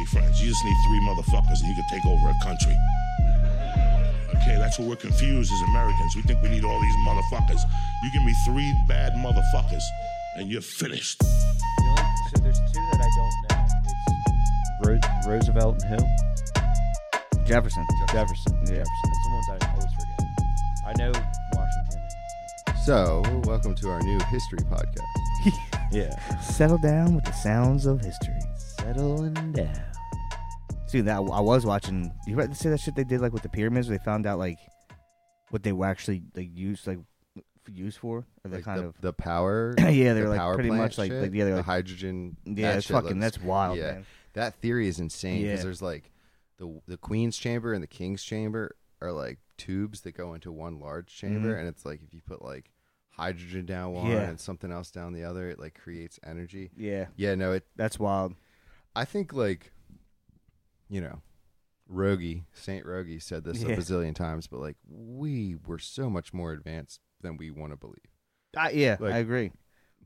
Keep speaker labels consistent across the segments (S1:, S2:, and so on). S1: just need three motherfuckers and you can take over a country. Okay, that's what we're confused as Americans. We think we need all these motherfuckers. You give me three bad motherfuckers and you're finished.
S2: The only, so there's two that I don't know.
S3: Ro- Roosevelt and who?
S4: Jefferson.
S3: Jefferson. Jefferson.
S2: It's, it's the ones I always forget. I know Washington. and
S5: So, welcome to our new history podcast.
S3: Yeah.
S4: Settle down with the sounds of history.
S3: Settling down.
S4: Dude, that I was watching. You read see that shit they did like with the pyramids? Where they found out like what they were actually like used like f- used for, or the
S5: Like
S4: kind
S5: the,
S4: of
S5: the power.
S4: Yeah, they're
S5: the
S4: like
S5: power
S4: pretty
S5: plant
S4: much like-
S5: shit,
S4: like, yeah, they're
S5: the
S4: like-
S5: hydrogen.
S4: Yeah,
S5: that
S4: it's
S5: shit
S4: fucking-
S5: looks-
S4: that's wild,
S5: Yeah,
S4: man.
S5: that theory is insane because
S4: Yeah.
S5: there's like the the queen's chamber and the king's chamber are like tubes that go into one large chamber, and it's like if you put like hydrogen down one
S4: Mm-hmm. Yeah.
S5: and something else down the other, it like creates energy.
S4: yeah.
S5: Yeah, no, it.
S4: That's wild.
S5: I think like, you know. Rogie, Saint Rogie said this
S4: Yeah.
S5: a bazillion times, but like we were so much more advanced than we want to believe.
S4: I, yeah,
S5: Like-
S4: I agree.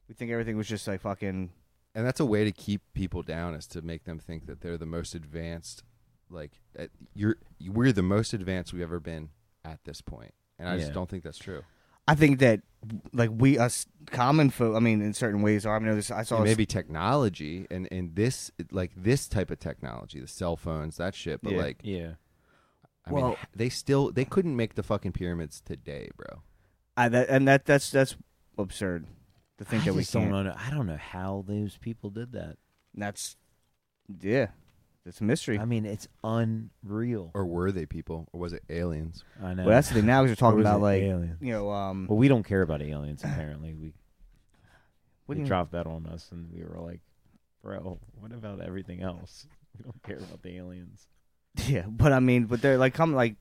S4: We think everything was just like fucking
S5: and that's a way to keep people down is to make them think that they're the most advanced like at, you're we're the most advanced we've ever been at this point and i
S3: Yeah.
S5: just don't think that's true
S4: I think that like we us common folk. I mean, in certain ways, are. I mean, there's- I saw
S5: And
S4: a s-
S5: maybe technology and and this like this type of technology the cell phones that shit but
S4: Yeah.
S5: like
S2: Yeah.
S5: i
S4: Well-
S5: mean they still they couldn't make the fucking pyramids today bro
S4: I, that, and that that's that's absurd to think
S3: I
S4: that we
S3: just don't
S4: can't.
S3: know. I don't know how those people did that.
S4: That's yeah, that's a mystery.
S3: I mean, it's unreal.
S5: or were they people or was it aliens
S3: I know.
S4: well, that's the thing. Now 'cause you're talking
S3: Or was
S4: about
S3: it
S4: like
S3: alien?
S4: you know, um,
S3: Well, we don't care about aliens. Apparently, we
S4: what do
S3: they
S4: you-
S3: dropped that on us, and we were like, "Bro, what about everything else? We don't care about the aliens."
S4: yeah, but I mean, but they're like come like.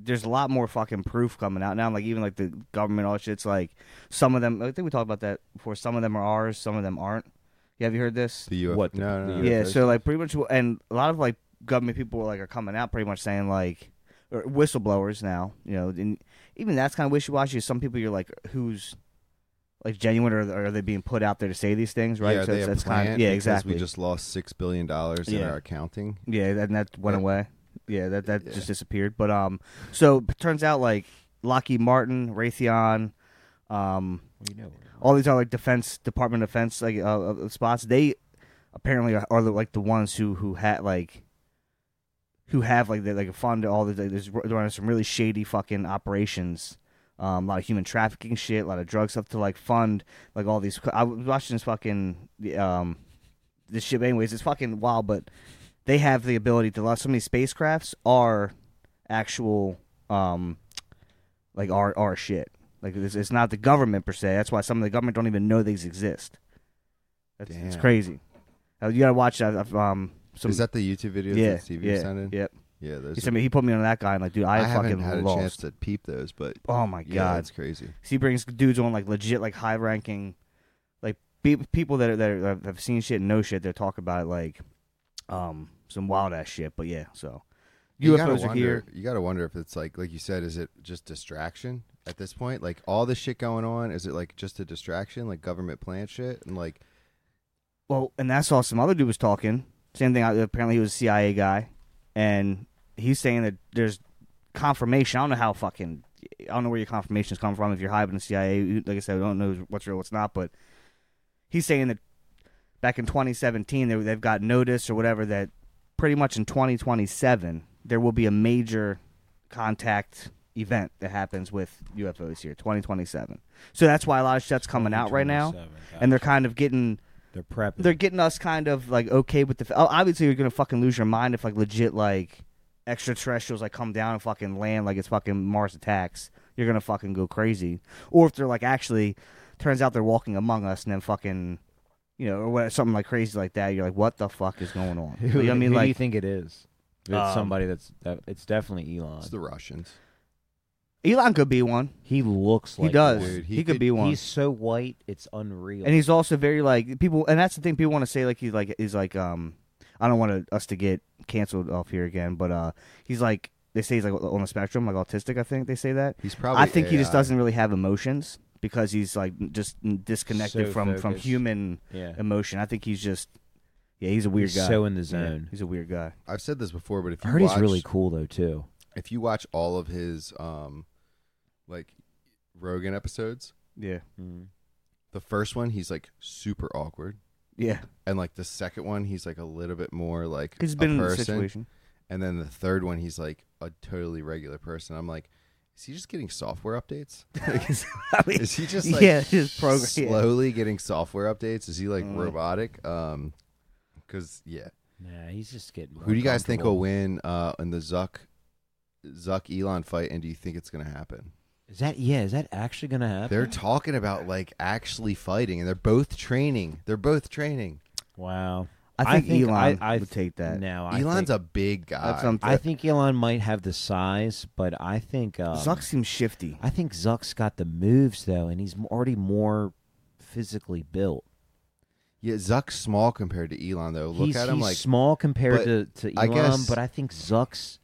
S4: There's a lot more fucking proof coming out now. Like even like the government, all that shit's like some of them. I think we talked about that before. Some of them are ours, some of them aren't. Yeah, have you heard this?
S5: the UFO?
S3: What, the-
S5: no, no,
S3: the
S5: no.
S4: Yeah, so like pretty much, and a lot of like government people like are coming out pretty much saying like, or whistleblowers now, you know, and even that's kind of wishy washy. Some people you're like, who's like genuine, or, or are they being put out there to say these things, right?
S5: yeah, they
S4: it's-
S5: a
S4: that's
S5: plant
S4: kind of yeah,
S5: because
S4: exactly.
S5: we just lost six billion dollars in
S4: Yeah.
S5: our accounting
S4: yeah, and that went
S5: Yeah.
S4: away. Yeah, that that
S5: Yeah.
S4: just disappeared. But um, so it turns out like Lockheed Martin, Raytheon, um,
S3: What do you know?
S4: all these are like defense department of defense like uh, uh, spots they apparently are, are the, like the ones who who had like who have like they like fund all the like, there's they're running some really shady fucking operations um, a lot of human trafficking shit a lot of drug stuff to like fund like all these i was watching this fucking um this ship anyways it's fucking wild but they have the ability to lot some of these spacecrafts are actual um like our our shit. Like it's, it's not the government per se. That's why some of the government don't even know these exist. That's it's
S5: Damn.
S4: crazy. Uh, you gotta watch that. I've, Um, some,
S5: is that the youtube videos
S4: yeah,
S5: that steve
S4: yeah,
S5: sent in
S4: Yep.
S5: yeah there's
S4: He,
S5: a
S4: sent me, he put me on that guy and like, dude, I,
S5: I haven't
S4: fucking
S5: had a
S4: lost.
S5: chance to peep those, but
S4: oh my
S5: yeah,
S4: god,
S5: it's crazy.
S4: So he brings dudes on like legit, like high ranking, like pe- people that are, that, are, that have seen shit and know shit. They talk about like, um, some wild ass shit. But yeah, so
S5: You gotta
S4: UFOs are
S5: wonder,
S4: here.
S5: You got to wonder if it's like, like you said, is it just distraction at this point? Like all this shit going on, is it like just a distraction, like government plan shit, and like
S4: Well, and that's all some other dude was talking. Same thing. Apparently, he was a CIA guy, and he's saying that there's confirmation. I don't know how fucking. I don't know where your confirmations come from. If you're high up in the CIA, like I said, I don't know what's real, what's not. But he's saying that back in 2017, they, they've got notice or whatever that pretty much in 2027 there will be a major contact event that happens with UFOs here. 2027. So that's why a lot of shit's coming out right now,
S3: 2027,
S4: and they're kind of getting
S3: They're prepping.
S4: they're getting us kind of like okay with the. F- oh, obviously, you're gonna fucking lose your mind if like legit like extraterrestrials like come down and fucking land like it's fucking Mars attacks. You're gonna fucking go crazy. Or if they're like actually, turns out they're walking among us and then fucking, you know, or what, something like crazy like that. You're like, what the fuck is going on? You know what I mean,
S3: who
S4: like,
S3: do you think it is? It's
S4: Um,
S3: somebody that's. That, it's definitely Elon.
S5: it's the Russians?
S4: Elon could be one.
S3: he looks.
S4: He
S3: like
S4: does.
S3: one.
S5: Dude,
S4: he,
S5: he
S4: could,
S5: could-
S4: be one.
S3: He's so white, it's unreal.
S4: and he's also very like people and that's the thing people want to say like he's like is like um i don't want to, us to get canceled off here again but uh he's like they say he's like on the spectrum like autistic i think they say that
S5: He's probably.
S4: i think he just
S5: AI.
S4: doesn't really have emotions because he's like just disconnected
S3: So
S4: from from
S3: focused.
S4: human
S3: yeah.
S4: emotion i think he's just Yeah, he's a weird
S2: He's
S4: guy.
S2: so in the
S4: Yeah,
S2: zone.
S4: he's a weird guy.
S5: I've said this before, but if
S2: I
S5: you
S2: heard
S5: watch,
S2: he's really cool though too.
S5: if you watch all of his um, like Rogan episodes,
S4: Yeah,
S5: Mm-hmm. the first one he's like super awkward,
S4: yeah.
S5: and like the second one he's like a little bit more like
S4: He's
S5: a
S4: been in the
S5: person,
S4: situation.
S5: and then the third one he's like a totally regular person. I'm like, is he just getting software updates? Like,
S4: I mean,
S5: is he just like
S4: yeah, his program. Yeah.
S5: slowly getting software updates? Is he like
S4: Mm.
S5: robotic? Um, because yeah,
S2: Nah, he's just getting.
S5: who do you guys think will win uh in the Zuck Zuck Elon fight? And do you think it's gonna happen?
S2: Is that yeah? Is that actually gonna happen?
S5: They're talking about like actually fighting, and they're both training. They're both training.
S2: wow.
S4: I think Elon
S2: I, I th-
S4: would take that.
S2: No, I
S5: Elon's
S2: think,
S5: a big guy.
S4: That's something.
S2: I think Elon might have the size, but I think um,
S4: Zuck seems shifty.
S2: I think Zuck's got the moves though, and he's m- already more physically built.
S5: yeah, Zuck's small compared to Elon though. Look
S2: he's,
S5: at him
S2: he's
S5: like
S2: small compared
S5: but
S2: to, to
S5: I
S2: Elon,
S5: guess-
S2: but I think Zuck's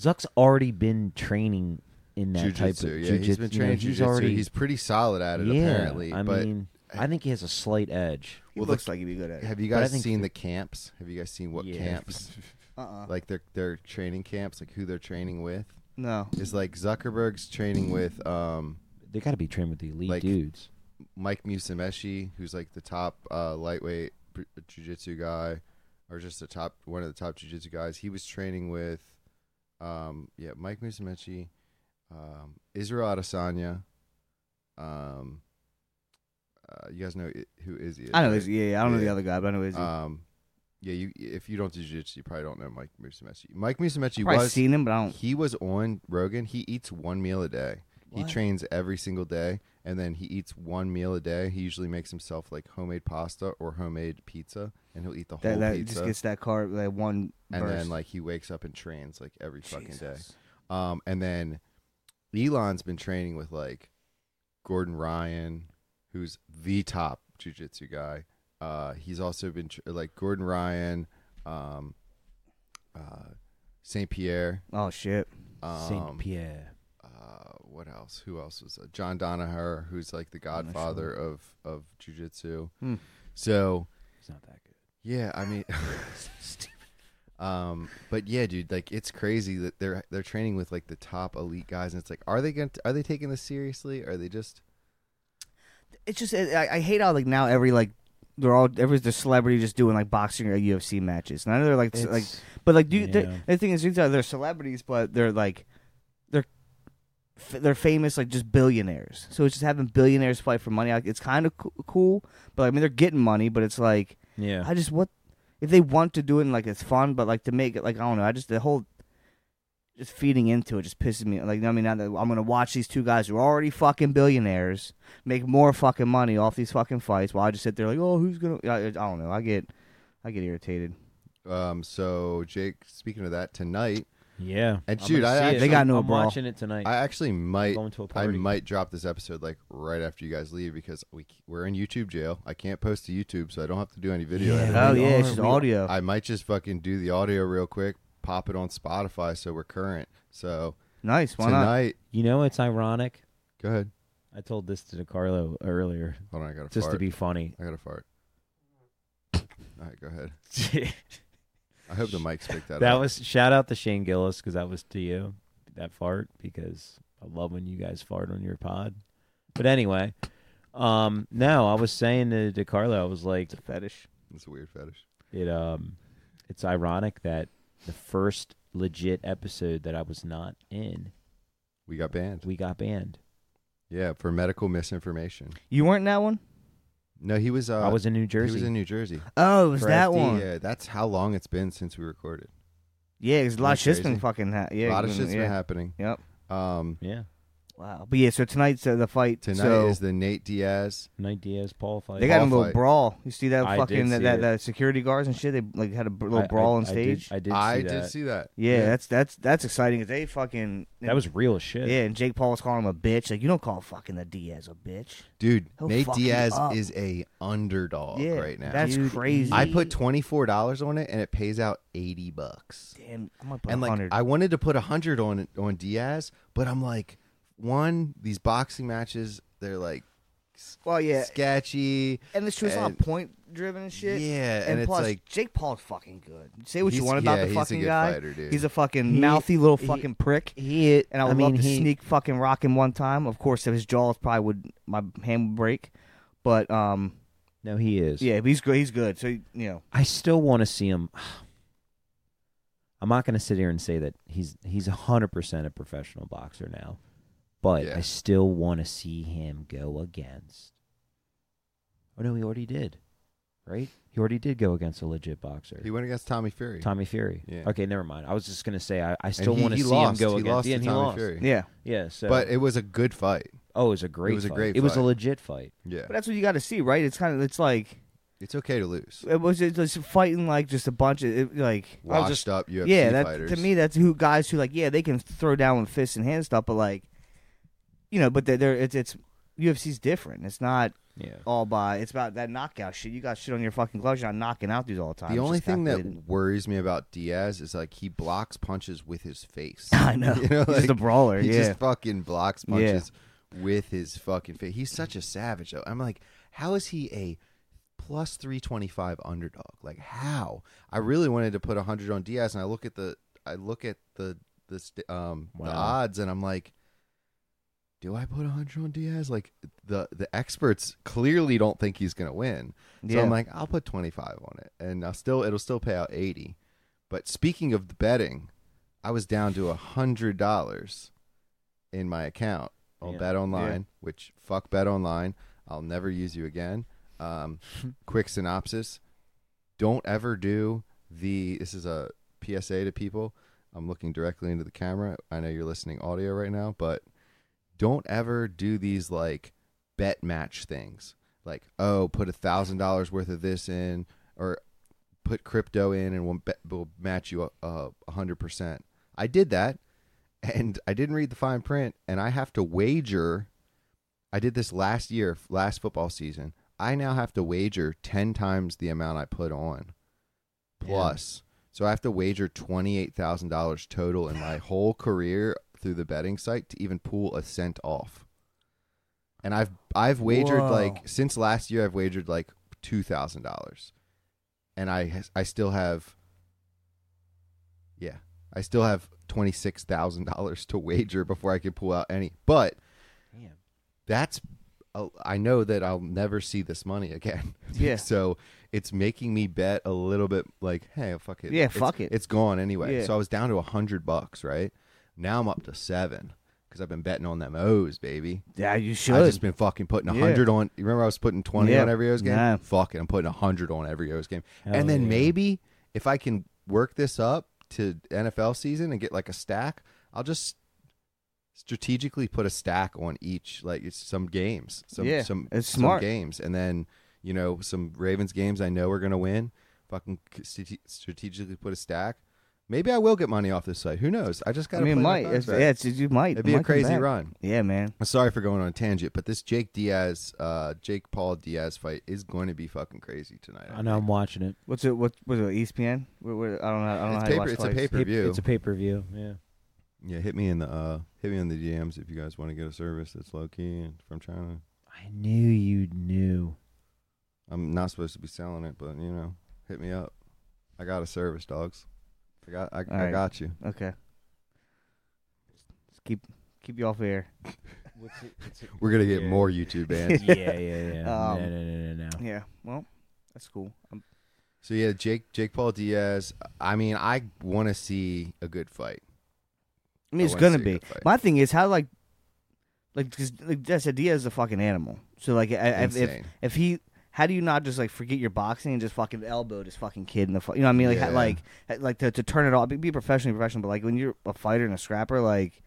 S2: Zuck's already been training in that type of
S5: jujitsu. Yeah, he's
S2: jujitsu.
S5: been
S2: You know,
S5: training
S2: he's
S5: jujitsu.
S2: already
S5: He's pretty solid at it
S2: yeah,
S5: apparently.
S2: I
S5: but
S2: mean, I think he has a slight edge.
S4: He
S5: well,
S4: looks like he'd be good at. it.
S5: have you
S2: but I
S5: guys
S2: think-
S5: seen the camps? Have you guys seen what
S2: Yeah.
S5: camps?
S4: Uh-uh.
S5: like their their training camps, like who they're training with?
S4: no.
S5: Is like Zuckerberg's training with um
S2: They got to be trained with the elite
S5: Like-
S2: dudes.
S5: Mike Musumeci, who's like the top uh, lightweight br- jujitsu guy, or just the top one of the top jujitsu guys. He was training with, um, yeah, Mike Musumeci, um, Israel Adesanya. Um, uh, you guys know I- who Izzy is?
S4: I know.
S5: right?
S4: Izzy. Yeah, yeah, I don't know the
S5: Yeah.
S4: other guy, but I know Izzy.
S5: Um, yeah, you if you don't do jujitsu, you probably don't know Mike Musumeci. Mike Musumeci
S4: Probably
S5: was
S4: seen him, but I don't.
S5: he was on Rogan. He eats one meal a day. He
S4: What?
S5: trains every single day, and then he eats one meal a day. He usually makes himself like homemade pasta or homemade pizza, and he'll eat the
S4: That,
S5: whole
S4: that
S5: pizza.
S4: just gets that card that one
S5: and
S4: burst.
S5: then like he wakes up and trains like every fucking day.
S4: Jesus.
S5: Um, and then Elon's been training with like Gordon Ryan, who's the top jujitsu guy. Uh, he's also been tr- like Gordon Ryan, um, uh, Saint Pierre.
S4: Oh shit.
S5: Um,
S2: Saint Pierre.
S5: uh, what else? Who else was uh, John Donaher, who's like the godfather of of jujitsu.
S4: Hmm.
S5: So
S2: He's not that good.
S5: yeah, I mean, um, but yeah, dude, like it's crazy that they're they're training with like the top elite guys, and it's like, are they going? to Are they taking this seriously? Are they just?
S4: It's just I, I hate how like now every like they're all every the celebrity just doing like boxing or UFC matches. And I know they're like s- like
S2: It's-
S4: But like, do you,
S2: Yeah.
S4: the, the thing is, these are they're celebrities, but they're like, they're f- they're famous, like just billionaires. So it's just having billionaires fight for money. Like, it's kind of coo- cool, but I mean, they're getting money, but it's like,
S2: yeah.
S4: I just what if they want to do it and like it's fun, but like to make it like I don't know. I just the whole just feeding into it just pisses me. Like I mean, now that I'm gonna watch these two guys who are already fucking billionaires make more fucking money off these fucking fights, while I just sit there like, oh, who's gonna? I, I don't know. I get I get irritated.
S5: Um, so Jake, speaking of that, tonight
S2: yeah.
S5: and
S2: I'm
S5: dude,
S2: gonna
S5: I
S2: see
S5: actually,
S2: it.
S4: They got no
S2: I'm
S4: brawl.
S2: watching it tonight.
S5: I actually might
S2: going to a
S5: I
S2: party.
S5: might drop this episode like right after you guys leave because we c- we're in YouTube jail. I can't post to YouTube, so I don't have to do any video.
S2: Yeah,
S5: editing.
S4: Oh
S2: we
S4: yeah,
S2: are-
S4: it's just
S2: we are-
S4: audio.
S5: I might just fucking do the audio real quick, pop it on Spotify so we're current. So
S4: nice. Why not?
S5: tonight,
S2: You know, it's ironic.
S5: go ahead.
S2: I told this to Carlo earlier,
S5: Hold on, I got to
S2: just
S5: fart.
S2: to be funny.
S5: I got to fart. All right, go ahead. I hope the mic's picked that,
S2: that
S5: up.
S2: was shout out to Shane Gillis because that was to you that fart because I love when you guys fart on your pod. But anyway, um, no, I was saying to, to Carlo, I was like,
S4: It's a fetish.
S5: It's a weird fetish.
S2: it um, it's ironic that the first legit episode that I was not in,
S5: We got banned.
S2: we got banned.
S5: Yeah, for medical misinformation.
S4: You weren't in that one?
S5: No, he was. Uh,
S2: I was in New
S5: He
S2: Jersey.
S5: was in New Jersey.
S4: Oh, it was
S2: For
S4: that
S2: SD,
S4: one. Yeah,
S5: Yeah, that's how long it's been since we recorded.
S4: because a lot of
S5: Isn't that
S4: shit's been
S5: crazy?
S4: fucking ha- yeah,
S5: a lot of
S4: yeah.
S5: shit's been happening.
S4: Yep.
S5: Um,
S2: yeah,
S4: Wow. But yeah, so tonight's uh, the fight.
S5: tonight
S4: so
S5: is the Nate Diaz.
S2: Nate Diaz, Paul fight.
S4: they got in a
S5: Paul
S4: little
S5: fight.
S4: brawl. You see that
S2: I did
S4: fucking that,
S2: see
S4: that,
S2: it.
S4: that security guards and shit. They like had a br- little
S2: I-
S4: brawl
S2: I-
S4: on
S2: I did-
S4: stage.
S2: I did.
S5: I
S2: see
S5: did
S2: that.
S5: see that.
S4: yeah, that's that's that's exciting. 'cause They fucking
S2: That was real shit.
S4: yeah, and Jake Paul was calling him a bitch. Like you don't call fucking the Diaz a bitch.
S5: dude.
S4: He'll
S5: Nate
S4: fuck you
S5: Diaz
S4: up.
S5: is a underdog
S4: yeah,
S5: right Oh, now.
S4: that's
S2: Dude,
S4: crazy.
S5: I put twenty four dollars on it, and it pays out eighty bucks.
S4: damn, I might put
S5: and like,
S4: 100.
S5: I wanted to put a hundred on on Diaz, but I'm like, one, these boxing matches, they're like
S4: well, yeah,
S5: sketchy.
S4: and there's just a lot of
S5: and-
S4: point driven and shit.
S5: Yeah, and,
S4: and,
S5: it's
S4: plus,
S5: like
S4: Jake Paul's fucking good. Say what you
S5: He's-
S4: want about
S5: yeah,
S4: the
S5: he's a
S4: fucking
S5: good
S4: guy.
S5: fighter, dude.
S4: He's a fucking
S2: He-
S4: mouthy little
S2: he-
S4: fucking prick.
S2: He
S4: And I would love to sneak fucking rock him one time. Of course, if his jaws probably would my hand would break. But um,
S2: No, he is.
S4: yeah, but he's good. He's good. So you know,
S2: I still want to see him. I'm not going to sit here and say that he's he's 100% a professional boxer now, but
S5: Yeah.
S2: I still want to see him go against. Oh no, he already did, right? He already did go against a legit boxer,
S5: he went against Tommy Fury.
S2: Tommy Fury.
S5: Yeah.
S2: Okay, never mind. I was just going to say I, I
S5: And
S2: still
S5: he-
S2: want to
S5: he
S2: see
S5: lost.
S2: him go
S5: he
S2: against.
S5: Lost
S2: yeah,
S5: to
S2: and he
S5: Tommy
S2: lost.
S5: Fury.
S4: yeah.
S2: Yeah, so
S5: But it was a good fight.
S2: oh, it was a great.
S5: was a
S2: fight.
S5: great
S2: It was a
S5: fight.
S2: legit fight.
S5: Yeah,
S4: But that's what you got to see, right? It's kind of it's like
S5: it's okay to lose.
S4: it was it's just fighting like just a bunch of it, like I was
S5: Washed
S4: just
S5: up UFC
S4: yeah. That
S5: fighters.
S4: to me, that's who guys who like yeah they can throw down with fists and hand stuff, but like you know, but they're, they're it's it's UFC's different. It's not
S2: Yeah.
S4: all by it's about that knockout shit. You got shit on your fucking gloves. You're not knocking out dudes all the time.
S5: The
S4: It's
S5: only
S4: just
S5: thing
S4: calculated.
S5: that worries me about Diaz is like he blocks punches with his face.
S4: I know,
S5: You know,
S4: he's just a
S5: like,
S4: brawler.
S5: He
S4: Yeah,
S5: just fucking blocks punches with his fucking face. He's such a savage though. I'm like, how is he a plus 325 underdog? Like how? I really wanted to put 100 on Diaz and I look at the I look at the the st- um the
S2: Wow.
S5: odds and I'm like do I put 100 on Diaz? Like the the experts clearly don't think he's going to win. So
S4: Yeah.
S5: I'm like, I'll put 25 on it, and I'll still it'll still pay out 80. But speaking of the betting, I was down to a hundred dollars in my account on
S2: Yeah.
S5: Bet Online, which fuck Bet Online. I'll never use you again. Um, quick synopsis: Don't ever do the. This is a PSA to people. I'm looking directly into the camera. I know you're listening audio right now, but don't ever do these like bet match things. Like, oh, put a thousand dollars worth of this in, or put crypto in, and we'll, bet, we'll match you uh, a hundred percent. I did that, and I didn't read the fine print, and I have to wager. I did this last year, last football season. I now have to wager ten times the amount I put on, plus. So I have to wager twenty eight thousand dollars total in my whole career through the betting site to even pull a cent off. And I've I've wagered
S4: Whoa.
S5: like since last year I've wagered like two thousand dollars, and I I still have. Yeah, I still have twenty six thousand dollars to wager before I can pull out any. But
S2: Damn.
S5: that's uh, I know that I'll never see this money again.
S4: Yeah.
S5: so it's making me bet a little bit like, hey, fuck it.
S4: Yeah,
S5: It's-
S4: fuck it.
S5: It's gone anyway.
S4: Yeah.
S5: So I was down to a hundred bucks, right? Now I'm up to seven because I've been betting on them O's, baby.
S4: yeah, you should.
S5: I've just been fucking putting a
S4: Yeah.
S5: hundred on. You remember I was putting twenty
S4: Yeah.
S5: on every O's game.
S4: Nah.
S5: Fuck it, I'm putting a hundred on every O's game,
S2: Hell
S5: and then
S2: yeah.
S5: maybe if I can work this up to NFL season and get like a stack, I'll just strategically put a stack on each like it's some games, some
S4: Yeah,
S5: some,
S4: it's
S5: some
S4: smart.
S5: games, and then you know some Ravens games I know are gonna win. Fucking strate- strategically put a stack. Maybe I will get money off this site. Who knows? I just
S4: I
S5: gotta.
S4: mean,
S5: play my
S4: might. It's,
S5: cards right.
S4: yeah, it's, you might.
S5: It'd be
S4: might
S5: a
S4: come
S5: crazy
S4: back.
S5: run.
S4: Yeah, man.
S5: I'm sorry for going on a tangent, but this Jake Diaz, uh, Jake Paul Diaz fight is going to be fucking crazy tonight.
S2: I know I'm watching it.
S4: What's it? What was it? E ESPN? Where, where, I don't know. I don't know. how
S5: It's paper-
S4: you watch
S5: it's a
S4: fights.
S5: paper- Pay-per-view.
S2: It's a pay per view. Yeah.
S5: Yeah, hit me in the uh, hit me in the DMs if you guys want to get a service that's low key and from China.
S2: I knew you knew.
S5: I'm not supposed to be selling it, but you know, hit me up. I got a service, dogs. I got I, I
S4: right.
S5: got you.
S4: Okay. Just keep keep you off air.
S5: We're gonna get
S2: Yeah.
S5: more YouTube bans.
S2: yeah, yeah, yeah.
S4: Um,
S2: no, no, no, no, no.
S4: Yeah. Well, that's cool. Um,
S5: so yeah, Jake Jake Paul Diaz. I mean, I want to see a good fight.
S4: I mean,
S5: I
S4: it's
S5: wanna
S4: gonna
S5: see a
S4: be.
S5: good fight.
S4: My thing is how like, like because like I said, Diaz is a fucking animal. So like, I, if, if
S5: Insane.
S4: if he, how do you not just like forget your boxing and just fucking elbow this fucking kid in the fu- you know what I mean like ha-
S5: Yeah.
S4: like ha- like to, to turn it off be, be professionally professional but like when you're a fighter and a scrapper like,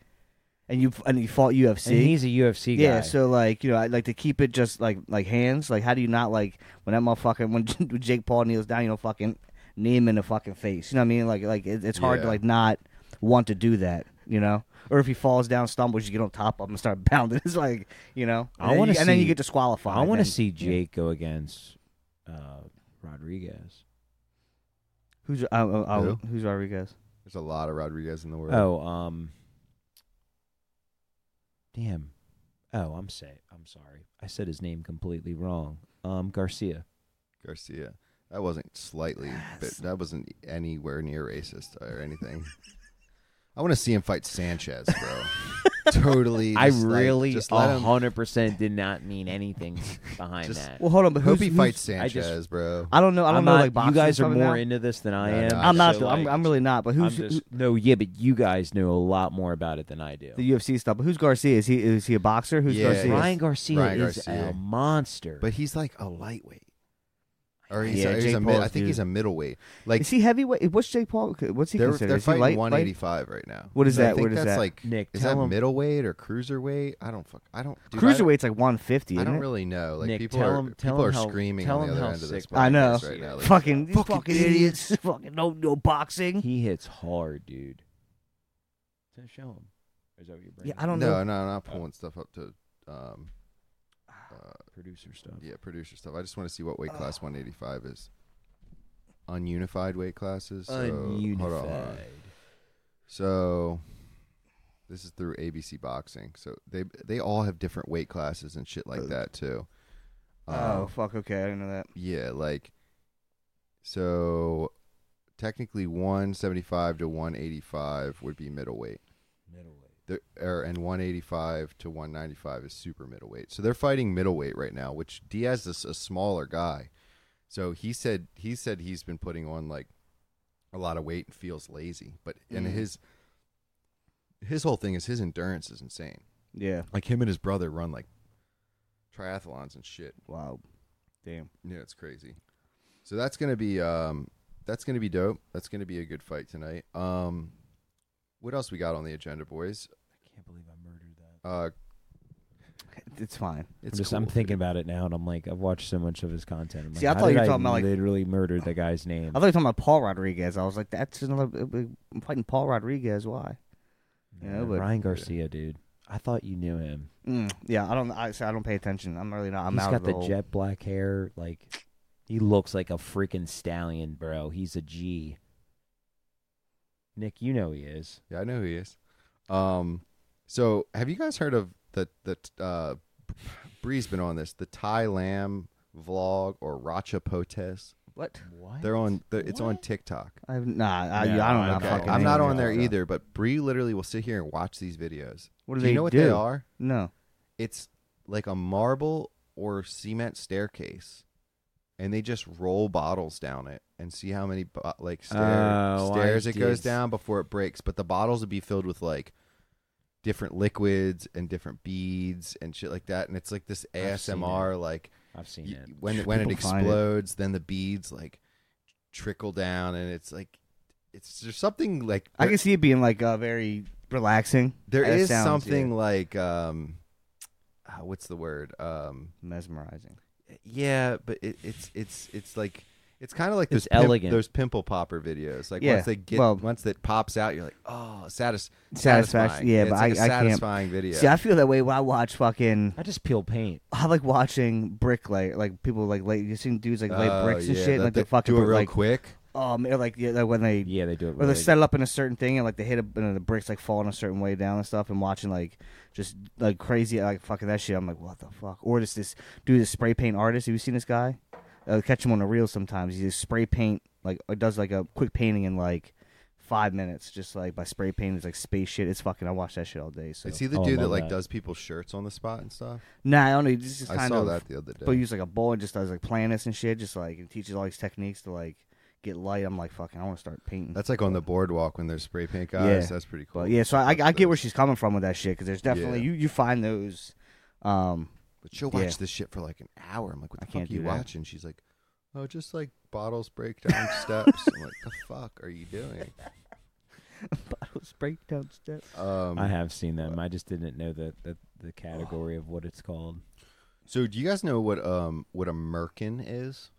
S4: and you and you fought UFC
S2: And he's a UFC guy.
S4: Yeah, so like you know, I like to keep it just like like hands. Like, how do you not like when that motherfucker when Jake Paul kneels down, you know, fucking knee him in the fucking face. You know what I mean? Like like it, it's hard to
S5: Yeah.
S4: like not want to do that. You know, or if he falls down, stumbles, you get on top of him and start pounding. It's like you know,
S2: I
S4: and, then
S2: wanna
S4: you- and then you
S2: see-
S4: get disqualified.
S2: I want to
S4: and-
S2: see Jake go against uh, Rodriguez.
S4: who's uh, uh, uh,
S5: Who?
S4: who's Rodriguez.
S5: There's a lot of Rodriguez in the world.
S2: Oh, um, damn. Oh, I'm say I'm sorry. I said his name completely wrong. Um, Garcia.
S5: Garcia. That wasn't slightly, but that wasn't anywhere near racist or anything. I want to see him fight Sanchez, bro. totally.
S2: I
S5: just, like,
S2: really,
S5: just let him.
S2: hundred percent, did not mean anything behind
S5: Just-
S2: that.
S4: Well, hold on, but
S5: Hope
S4: who's,
S5: he
S4: who's-
S5: fights
S2: I just-
S5: Sanchez, bro.
S4: I don't know. I don't
S2: I'm
S4: know.
S2: not-
S4: like
S2: you
S4: boxing
S2: guys are
S4: coming
S2: more
S4: out?
S2: into this than I
S5: No,
S2: am.
S5: no,
S4: I'm not.
S2: so,
S4: though. I'm,
S2: like,
S4: I'm really not. But
S2: I'm
S4: who's
S2: just no. Yeah, but you guys knew a lot more about it than I do.
S4: who- the UFC stuff? But who's Garcia? Is he is he a boxer? Who's
S5: Yeah,
S4: Garcia?
S2: Ryan Garcia
S5: Ryan
S2: is
S5: Garcia.
S2: a monster.
S5: But he's like a lightweight, or he's,
S4: Yeah,
S5: a, he's
S4: Jake
S5: a mid, I
S4: Paul's
S5: think he's a middleweight. Like
S4: is he heavyweight? What's Jake Paul? What's he
S5: they're
S4: considered?
S5: they're
S4: is he
S5: fighting
S4: light,
S5: 185 right now.
S4: What is
S5: And I
S4: that?
S5: think
S4: What is
S5: that's
S4: that?
S5: like
S2: Nick,
S5: is
S2: tell
S5: that
S2: him-
S5: middleweight or cruiserweight? I don't fuck. I don't.
S4: light?
S5: dude, I don't-
S4: Cruiserweight's like 150.
S5: I
S4: isn't
S5: don't
S4: it?
S5: really know. Like
S2: Nick,
S5: people
S2: tell
S5: are
S2: him- tell
S5: people
S2: him
S5: are
S2: how-
S5: screaming
S2: tell
S5: on the
S2: him
S5: other
S2: how
S5: end of this.
S2: sick
S5: podcast
S4: I know.
S5: Right now. Like,
S4: fucking, these
S5: Fucking
S4: fucking idiots. fucking no, no boxing.
S2: he hits hard, dude. To show him. Is that what you're bringing?
S4: Yeah, I don't
S5: no,
S4: know.
S5: no, I'm not pulling stuff up to. Um, uh,
S2: Producer stuff.
S5: yeah, producer stuff. I just want to see what weight class 185 is. Ununified weight classes. So, Hold on, hold on.
S2: Ununified.
S5: So this is through ABC Boxing. So they they all have different weight classes and shit like that too. Um,
S4: Oh fuck. Okay, I didn't know that.
S5: yeah, like so technically 175 to 185 would be middleweight.
S2: Middleweight.
S5: There, er, and 185 to 195 is super middleweight. So they're fighting middleweight right now, which Diaz is a smaller guy. So he said he said he's been putting on like a lot of weight and feels lazy. But and
S4: Mm.
S5: his his whole thing is his endurance is insane.
S4: Yeah.
S5: Like him and his brother run like triathlons and shit.
S4: Wow. Damn.
S5: Yeah, it's crazy. So that's gonna be um that's gonna be dope. That's gonna be a good fight tonight. Um what else we got on the agenda, boys?
S2: I can't believe I murdered that.
S5: Uh
S4: It's fine.
S5: it's
S2: I'm, just,
S5: cool,
S2: I'm
S5: dude.
S2: thinking about it now, and I'm like, I've watched so much of his content. I'm like,
S4: See, I
S2: how
S4: thought you
S2: did
S4: were talking about, like-
S2: literally murdered the guy's name.
S4: I thought you were talking about Paul Rodriguez. I was like, that's another. I'm fighting Paul Rodriguez. Why? you know,
S2: Yeah,
S4: but-
S2: Ryan Garcia, dude. I thought you knew him.
S4: Mm, yeah, I don't. I, so I don't pay attention. I'm really not. I'm
S2: He's
S4: out
S2: got
S4: of the,
S2: the
S4: whole-
S2: jet black hair. Like, he looks like a freaking stallion, bro. He's a G. Nick, you know he is.
S5: Yeah, I know who he is. Um, so have you guys heard of the the uh, Bree's been on this the Thai Lamb vlog or Racha Potes?
S4: What?
S2: What?
S5: They're on. they it's on TikTok.
S4: I've nah. I,
S2: No,
S4: I don't know.
S2: okay.
S4: fucking
S5: I'm
S4: hang
S5: not
S4: with
S5: on
S4: that
S5: there
S4: stuff.
S5: either, but Bree literally will sit here and watch these videos.
S4: What do,
S5: you
S4: they
S5: know what
S4: do?
S5: they are?
S4: No.
S5: It's like a marble or cement staircase, and they just roll bottles down it and see how many bo- like stair-
S2: Oh, I
S5: stairs it goes
S2: did.
S5: down before it breaks. But the bottles would be filled with like different liquids and different beads and shit like that. And it's like this
S2: I've seen
S5: ASMR like
S2: I've seen
S5: y-
S2: it.
S5: when when it
S4: People find it.
S5: explodes, then the beads like trickle down, and it's like it's there's something like
S4: I can see it being like uh, very relaxing.
S5: there
S4: That
S5: is
S4: sounds,
S5: something
S4: yeah,
S5: like um ah, what's the word um
S4: mesmerizing.
S5: yeah but it, it's it's it's like it's kind of like those
S2: It's
S5: pimp-
S2: elegant.
S5: those pimple popper videos like
S4: Yeah,
S5: once they get
S4: well-
S5: once that pops out you're like oh satis-
S4: Satisfaction.
S5: satisfying
S4: Yeah,
S5: it's
S4: but
S5: like a
S4: I- I can't-
S5: satisfying video
S4: See, I feel that way when I watch fucking.
S2: I just peel paint.
S4: I like watching bricklay, like people like lay. You seen dudes like lay
S5: Oh,
S4: bricks and
S5: yeah,
S4: shit,
S5: that
S4: like
S5: they
S4: they fucking
S5: do it
S4: put,
S5: real
S4: like
S5: quick
S4: oh man, like yeah, like when they
S2: Yeah, they do it.
S4: Or
S2: really
S4: they're set up in a certain thing, and like they hit a, and the bricks like falling a certain way down and stuff, and watching like just like crazy like fucking that shit. I'm like, what the fuck? Or this this dude, this spray paint artist. Have you seen this guy? Uh, catch him on the reel sometimes. He just spray paint like or does like a quick painting in like five minutes, just like by spray painting. It's like space shit. It's fucking. I watch that shit all day. So
S5: is he the
S2: Oh, I
S5: dude that
S2: love
S5: like
S2: that.
S5: does people's shirts on the spot and stuff
S4: nah, I don't know. This is
S5: i
S4: kind
S5: saw
S4: of
S5: that the other day
S4: but he use like a bowl and just does like planets and shit, just like and teaches all these techniques to like get light. I'm like fucking. I want to start painting.
S5: that's like on the boardwalk when there's spray paint guys
S4: Yeah.
S5: that's pretty cool
S4: But yeah, so I, I,
S5: That's
S4: I get where
S5: dope.
S4: she's coming from with that shit because there's definitely
S5: Yeah.
S4: you you find those. Um,
S5: But she'll watch
S4: Yeah.
S5: this shit for like an hour. I'm like, what the
S4: I
S5: fuck
S4: can't
S5: are you
S4: do that.
S5: watching? She's like, oh, just like bottles break down steps. I'm like, the fuck are you doing?
S4: bottles breakdown steps.
S5: Um,
S2: I have seen them. I just didn't know that the, the category of what it's called.
S5: so do you guys know what um what a merkin is?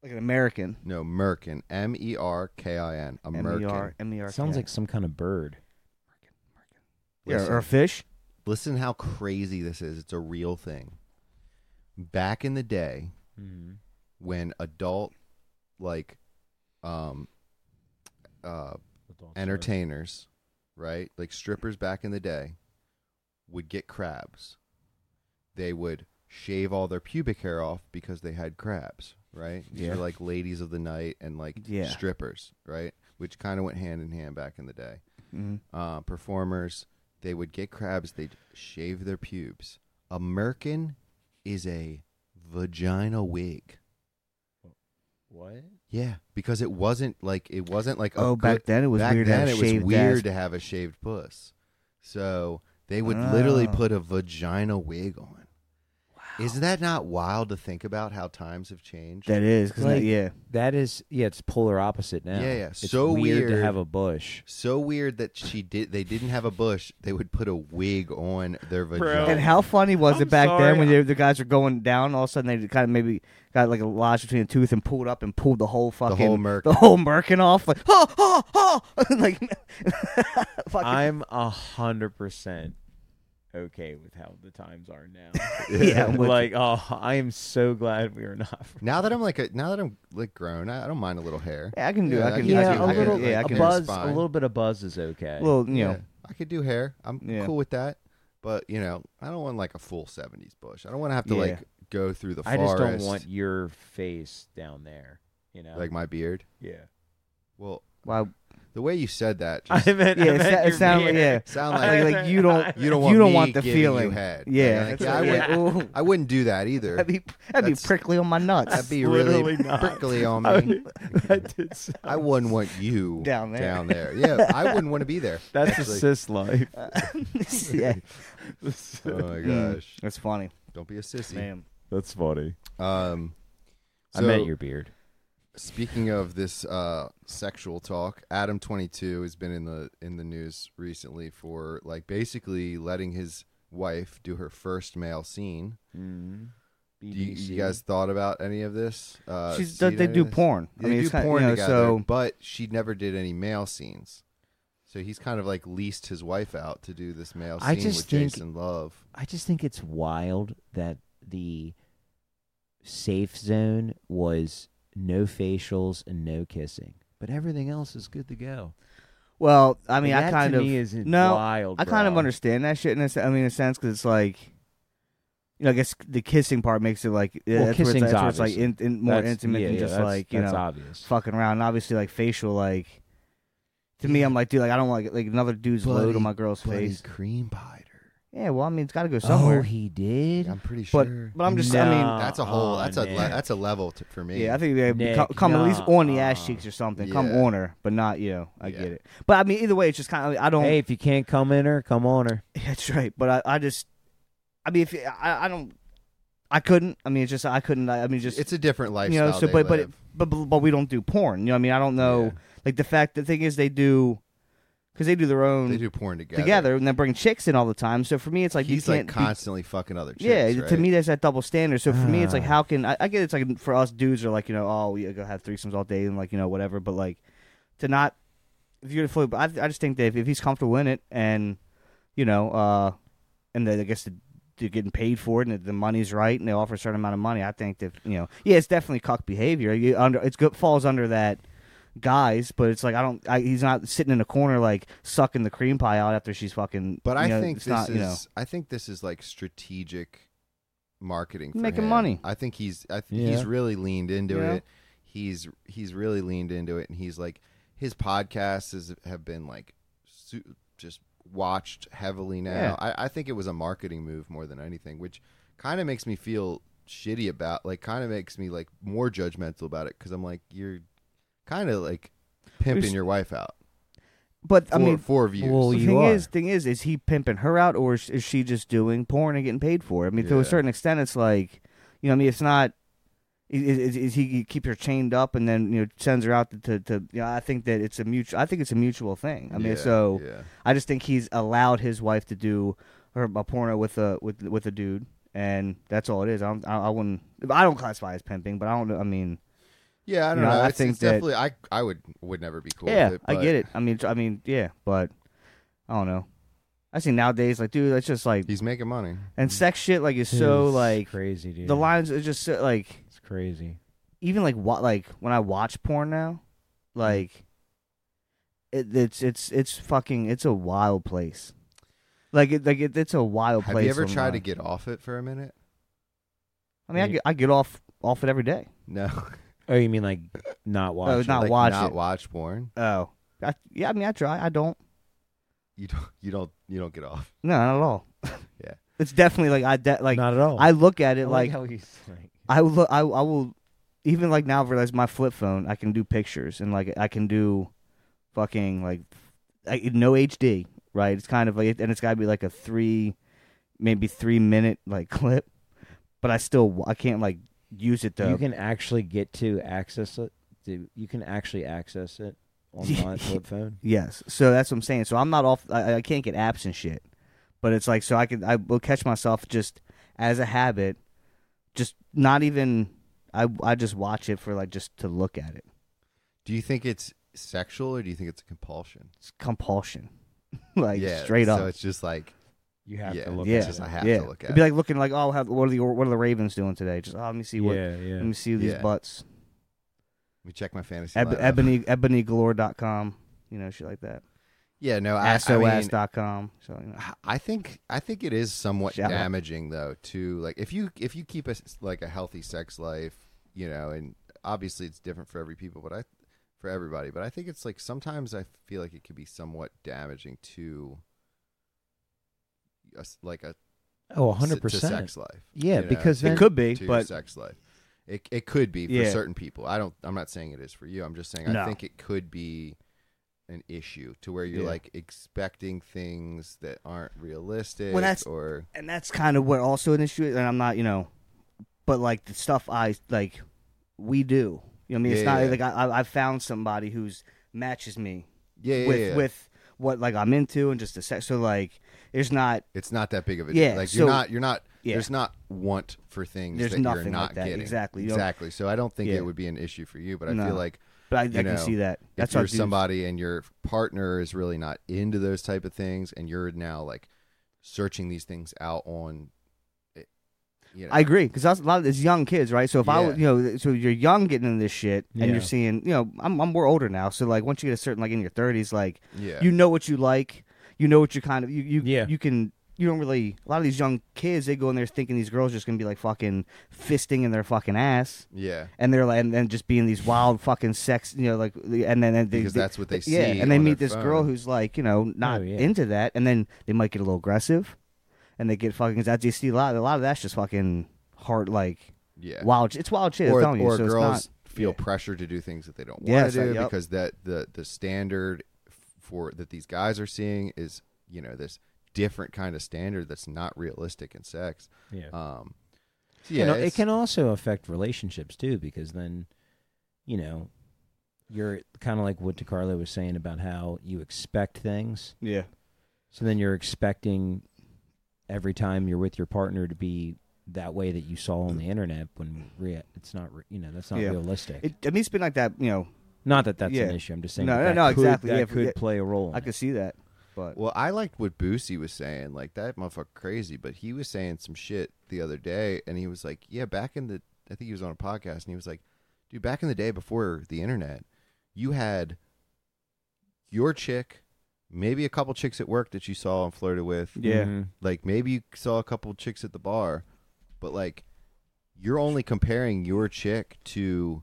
S4: Like an American.
S5: No, merkin. M E R K I N. A
S4: M E
S5: merkin.
S4: R M E R.
S2: Sounds like some kind of bird.
S4: yeah,
S5: Listen,
S4: or a fish.
S5: listen how crazy this is. It's a real thing. Back in the day,
S2: Mm-hmm.
S5: when adult like um uh entertainers, right? Like strippers back in the day would get crabs. They would shave all their pubic hair off because they had crabs. right? These
S4: Yeah.
S5: are like ladies of the night and like
S4: Yeah.
S5: strippers, right? Which kind of went hand in hand back in the day.
S2: Mm-hmm.
S4: Mhm.
S5: Uh, performers, they would get crabs, they'd shave their pubes. A merkin is a vagina wig.
S2: What?
S5: Yeah, because it wasn't like it wasn't like a
S4: Oh, back
S5: good-
S4: then it was
S5: back
S4: weird to
S5: then
S4: have
S5: it was
S4: shaved
S5: weird
S4: ass.
S5: to have a shaved puss. So they would literally
S4: Oh.
S5: put a vagina wig on. Wow. Is that not wild to think about how times have changed?
S4: That is, 'cause
S2: Like-
S4: yeah,
S2: That is yeah, it's polar opposite now.
S5: Yeah, yeah.
S2: It's
S5: So
S2: weird, to
S5: weird.
S2: have a bush.
S5: so weird that she did. They didn't have a bush. They would put a wig on their
S2: uh,
S5: vagina.
S4: And how funny was
S3: I'm
S4: it back
S3: sorry.
S4: then when the, the guys were going down? All of a sudden, they kind of maybe got like a lodge between the tooth and pulled up and pulled the whole fucking
S5: whole merkin.
S4: the whole merkin off. Like, ha ha ha! like, fucking,
S2: I'm a hundred percent okay with how the times are now.
S4: yeah, I'm with
S2: like, oh, I am so glad we are not. From
S5: now that I'm like a, now that I'm like grown, I, I don't mind a little hair.
S4: Yeah, I can do- I can-
S2: yeah,
S4: do
S2: a
S4: hair.
S2: little,
S4: Yeah, I
S2: a
S4: can-
S2: buzz,
S5: it's fine.
S2: a little bit of buzz is okay.
S4: you. well, you
S5: Yeah,
S4: know,
S5: I could do hair. I'm
S4: Yeah.
S5: cool with that. But you know, I don't want like a full '70s bush. I don't want to have to
S4: Yeah.
S5: like go through the
S2: I
S5: forest.
S2: just don't want your face down there. You know,
S5: like my beard.
S2: yeah.
S5: Well,
S4: why?
S5: the way you said that just
S2: I meant,
S4: Yeah,
S2: I
S4: it,
S2: meant
S4: sa- it
S2: your
S4: sound
S2: beard.
S4: yeah.
S5: sound like,
S4: Like, like you don't
S5: you don't want
S4: you don't
S5: me
S4: want the
S5: giving you
S4: feeling.
S5: head.
S4: Yeah,
S5: Like,
S4: that's
S5: yeah, I,
S4: what-
S5: would,
S4: yeah, ooh,
S5: I wouldn't do that either.
S4: that'd be that'd be
S5: That's-
S4: prickly on my nuts.
S5: That'd be
S2: Literally
S5: really
S2: not.
S5: prickly on
S2: I
S5: me.
S2: mean, that did sound-
S5: I wouldn't want you
S4: Down there.
S5: Down there. Yeah, I wouldn't want to be there.
S2: That's a
S5: actually.
S2: cis life.
S4: yeah,
S5: Oh my
S4: Mm,
S5: gosh!
S4: that's funny,
S5: Don't be a sissy.
S4: man.
S2: That's funny.
S5: Um,
S2: I
S5: so-
S2: meant your beard.
S5: Speaking of this uh, sexual talk, Adam Twenty Two has been in the in the news recently for like basically letting his wife do her first male scene.
S2: Mm.
S5: Do you, you guys thought about any of this? Uh,
S4: She's
S5: seen
S4: they
S5: any
S4: do
S5: of this?
S4: porn. I
S5: They
S4: mean,
S5: do
S4: it's kinda-
S5: porn
S4: you know,
S5: together,
S4: so
S5: but she never did any male scenes. So he's kind of like leased his wife out to do this male scene
S2: I just
S5: with
S2: think-
S5: Jason Love.
S2: I just think it's wild that the safe zone was no facials and no kissing, but everything else is good to go.
S4: well, I mean, I
S2: that
S4: kind
S2: to
S4: of
S2: me is
S4: no,
S2: wild.
S4: I kind of
S2: bro.
S4: understand that shit in a, se- I mean, in a sense, because it's like, you know, I guess the kissing part makes it like yeah,
S2: Well,
S4: that's where it's,
S2: kissing's
S4: that's where it's like in,
S2: obvious.
S4: in, more
S2: That's-
S4: intimate
S2: yeah,
S4: than
S2: yeah,
S4: just
S2: that's-
S4: like you
S2: that's
S4: know
S2: obvious.
S4: fucking around. And obviously, like facial, like to me, I'm like, dude, like I don't like like another dude's load
S5: Bloody-
S4: on my girl's
S5: Bloody
S4: face.
S5: cream biter.
S4: Yeah, well, I mean, it's got to go
S2: Oh,
S4: somewhere.
S2: he did.
S5: I'm pretty
S4: but
S5: sure.
S4: but I'm just, I mean,
S2: No.
S5: that's a whole.
S2: Oh,
S5: that's a le-
S2: Nick.
S5: that's a level t- for me.
S4: yeah, I think they
S2: Nick,
S4: come, come at least
S2: nah,
S4: on the ass
S2: uh,
S4: cheeks or something. Come
S5: yeah.
S4: on her, but not you know. I
S5: Yeah.
S4: get it, but I mean, either way, it's just kind of I don't.
S2: Hey, if you can't come in her, come on her.
S4: That's right. But I, I just, I mean, if I, I don't, I couldn't. I mean, it's just I couldn't. I I mean, just
S5: it's a different
S4: you
S5: lifestyle.
S4: know. So,
S5: they
S4: but but, it,
S5: live.
S4: but but but we don't do porn. You know, what I mean, I don't know. Like the fact, the thing is, they do because they do their own
S5: they do porn together.
S4: together, and they bring chicks in all the time. So for me, it's like
S5: he's
S4: you
S5: like
S4: can't. be-
S5: constantly fucking other chicks.
S4: yeah,
S5: right?
S4: to me that's that double standard. So for me, it's like
S2: Ah.
S4: how can I, I get it's like for us dudes are like you know oh yeah go have threesomes all day and like you know whatever, but like to not if you're fully, but I, I just think that if, if he's comfortable in it and you know uh and then I guess the, they're getting paid for it and the money's right and they offer a certain amount of money, I think that you know yeah it's definitely cuck behavior. You under it's good falls under that guys, but it's like I don't I, he's not sitting in a corner like sucking the cream pie out after she's fucking.
S5: But I
S4: you know,
S5: think
S4: it's
S5: this
S4: not
S5: is.
S4: you know
S5: I think this is like strategic marketing. For
S4: Making
S5: him.
S4: money.
S5: I think he's. I th-
S2: Yeah.
S5: he's really leaned into
S4: Yeah.
S5: it. He's he's really leaned into it, and he's like his podcasts is, have been like su- just watched heavily now.
S4: Yeah.
S5: I, I think it was a marketing move more than anything, which kind of makes me feel shitty about. Like, kind of makes me like more judgmental about it because I'm like, you're kind of like pimping
S4: s-
S5: your wife out.
S4: but
S5: Four,
S4: I mean
S5: four views.
S2: Well,
S4: the
S2: you
S4: thing
S2: are.
S4: is, thing is, is he pimping her out, or is, is she just doing porn and getting paid for it? I mean, to
S5: Yeah.
S4: a certain extent, it's like, you know, I mean, it's not. i- i- Is, is he keep her chained up and then you know sends her out to to, to you know, I think that it's a mutual. I think it's a mutual thing. I mean,
S5: Yeah,
S4: so
S5: yeah.
S4: I just think he's allowed his wife to do her a porno with a with with a dude, and that's all it is. I don't, I, I wouldn't. I don't classify it as pimping, but I don't. know. I mean,
S5: Yeah, I don't
S4: You know,
S5: know.
S4: I
S5: it's,
S4: think
S5: it's
S4: that-
S5: definitely I I would would never be cool
S4: yeah,
S5: with it.
S4: I
S5: but-
S4: get it. I mean, I mean, yeah, but I don't know. I see nowadays, like, dude, that's just like
S5: He's making money.
S4: And sex shit like is so
S2: Mm. It's
S4: like
S2: crazy, dude.
S4: the lines are just so, like
S2: It's crazy.
S4: even like what like when I watch porn
S2: Mm.
S4: now, like it, it's it's it's fucking it's a wild place. Like it like it, it's a wild
S5: Have
S4: place. uh,
S5: you ever
S4: online.
S5: tried to get off it for a minute?
S4: I mean, I get, I get off off it every day.
S5: No,
S2: Oh, you mean like not watch?
S4: Oh,
S2: it.
S4: not
S5: like,
S4: watch
S5: not
S4: it.
S5: watch porn.
S4: Oh, I, yeah. I mean, I try. I don't.
S5: You don't. You don't. You don't get off.
S4: No, not at all.
S5: Yeah.
S4: it's definitely like I de- like
S2: not at all.
S4: I look at it
S2: I
S4: like
S2: how he's like.
S4: I will. look- I, I will. Even like now, I've realized my flip phone, I can do pictures and like I can do, fucking like, I, no HD, right? It's kind of like, and it's got to be like a three, maybe three minute like clip, but I still I can't like use it to.
S2: You can actually get to access it. To, you can actually access it on my flip phone.
S4: yes, so that's what I'm saying. So I'm not off. I, I can't get apps and shit, but it's like so I can I will catch myself just as a habit, just not even. I I just watch it for like just to look at it.
S5: Do you think it's sexual or do you think it's a compulsion?
S4: It's compulsion, like
S5: yeah,
S4: straight up.
S5: So it's just like
S2: You have
S5: yeah,
S2: to look.
S4: yeah.
S5: it's
S2: at
S5: just
S2: it.
S5: I have
S4: yeah,
S5: to look at.
S4: it'd be
S5: it.
S4: like looking like, oh, how, what are the what are the Ravens doing today? Just oh, let me see what,
S2: yeah, yeah.
S4: let me see these
S5: Yeah.
S4: butts.
S5: Let me check my fantasy.
S4: Eb-
S5: lineup.
S4: ebony ebonygalore.com, you know, shit like that.
S5: Yeah, no, I, I mean,
S4: Assoass.com. So you know.
S5: I think I think it is somewhat
S4: Shout out.
S5: damaging though to like if you if you keep a s- like a healthy sex life, you know, and obviously it's different for every people, but I for everybody, but I think it's like sometimes I feel like it could be somewhat damaging to us like a
S2: Oh,
S5: s- to
S2: 100 percent.
S5: sex life.
S2: Yeah,
S5: you know,
S2: because
S5: to-
S2: then
S4: it could be,
S5: to your
S4: but
S5: sex life. It it could be for
S4: Yeah.
S5: certain people. I don't. I'm not saying it is for you. I'm just saying I
S4: No.
S5: think it could be an issue to where you're
S4: Yeah.
S5: like expecting things that aren't realistic.
S4: Well, that's-
S5: or
S4: and that's kind of what also an issue is. And I'm not, you know, but like the stuff I like, we do. You know, what I mean, it's
S5: Yeah,
S4: not
S5: yeah.
S4: like I I- I found somebody who's matches me
S5: yeah, yeah,
S4: with
S5: yeah.
S4: with what like I'm into and just the sex. So like, there's not
S5: it's not that big of a
S4: Yeah,
S5: Like
S4: so-
S5: you're not you're not
S4: yeah.
S5: there's not want for things
S4: There's
S5: that you're
S4: nothing
S5: not
S4: like that.
S5: getting
S4: Exactly. You don't-
S5: exactly. So I don't think
S4: Yeah.
S5: it would be an issue for you, but I
S4: No.
S5: feel like
S4: But I, I
S5: you
S4: can
S5: know,
S4: see that. That's
S5: if you're
S4: what dudes-
S5: somebody and your partner is really not into those type of things and you're now like searching these things out on it- you know,
S4: I agree because that's a lot of it's young kids, right? So if I,
S5: Yeah.
S4: was- you know, so you're young getting into this shit, and
S2: Yeah.
S4: you're seeing, you know, I'm, I'm we're older now, so like once you get a certain like in your 30s, like
S5: yeah
S4: you know what you like, you know what you kind of you you
S2: Yeah.
S4: you can you don't really a lot of these young kids they go in there thinking these girls are just gonna be like fucking fisting in their fucking ass,
S5: yeah
S4: and they're like and then just being these wild fucking sex, you know, like and then and they,
S5: Because
S4: they-
S5: that's what they
S4: yeah,
S5: see
S4: and they
S5: on
S4: meet
S5: their
S4: this girl
S5: phone.
S4: who's like you know not
S2: Oh, yeah.
S4: into that, and then they might get a little aggressive, and they get fucking. 'cause That's you see a lot. A lot of that's just fucking hard like
S5: yeah
S4: wild. sh- It's wild shit. I'm
S5: or,
S4: telling you,
S5: or
S4: so it's
S5: girls
S4: not-
S5: feel pressure to do things that they don't want
S4: Yes, uh,
S5: to do
S4: yep.
S5: because that the the standard for that these guys are seeing is you know this different kind of standard that's not realistic in sex
S2: Yeah.
S5: um so
S2: You
S5: yeah
S2: know,
S5: it's-
S2: Uh, it can also affect relationships too, because then, you know, you're kind of like what DiCarlo was saying about how you expect things.
S4: yeah.
S2: So then you're expecting every time you're with your partner to be that way that you saw on the internet when rea- it's not, re- you know, that's not
S4: Yeah.
S2: realistic.
S4: It, I mean, it's been like that. You know,
S2: not that that's
S4: yeah.
S2: an issue. I'm just saying.
S4: No,
S2: that that
S4: no, no,
S2: could-
S4: exactly.
S2: That
S4: Yeah,
S2: could
S4: yeah.
S2: play a role. in
S4: I
S2: it.
S4: could see that, but
S5: Well, I liked what Boosie was saying. Like that motherfucker crazy, but he was saying some shit the other day, and he was like, "Yeah, back in the, I think he was on a podcast, and he was like, dude, back in the day before the internet, you had your chick, maybe a couple chicks at work that you saw and flirted with,
S4: yeah,
S2: Mhm.
S5: like maybe you saw a couple chicks at the bar, but like you're only comparing your chick to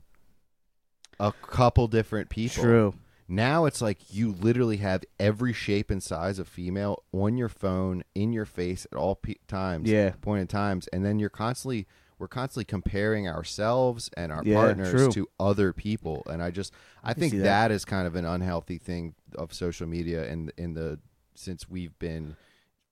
S5: a couple different people.
S4: true.
S5: Now it's like you literally have every shape and size of female on your phone, in your face at all pe- times,
S4: Yeah.
S5: point in times, and then you're constantly we're constantly comparing ourselves and our
S4: Yeah,
S5: partners
S4: true.
S5: to other people, and I just I think
S4: see
S5: that.
S4: that.
S5: that is kind of an unhealthy thing of social media and in the since we've been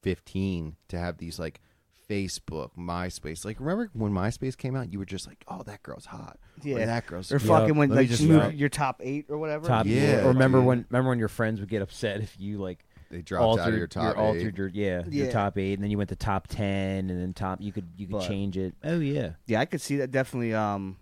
S5: 15 to have these like Facebook, MySpace. Like remember when MySpace came out, you were just like, oh, that girl's hot, Or,
S4: Yeah.
S5: that girl's
S4: Or fucking when
S5: let me
S4: like
S5: just
S4: you move
S5: write-
S4: your top eight or whatever.
S2: Top.
S5: Yeah,
S2: or remember
S5: dude.
S2: when remember when your friends would get upset if you like
S5: they dropped out of your top
S2: your
S5: eight.
S2: altered your yeah, your
S4: Yeah.
S2: top eight, and then you went to top ten, and then top you could you could
S4: But-
S2: change it. Oh yeah,
S4: Yeah, I could see that definitely. Um,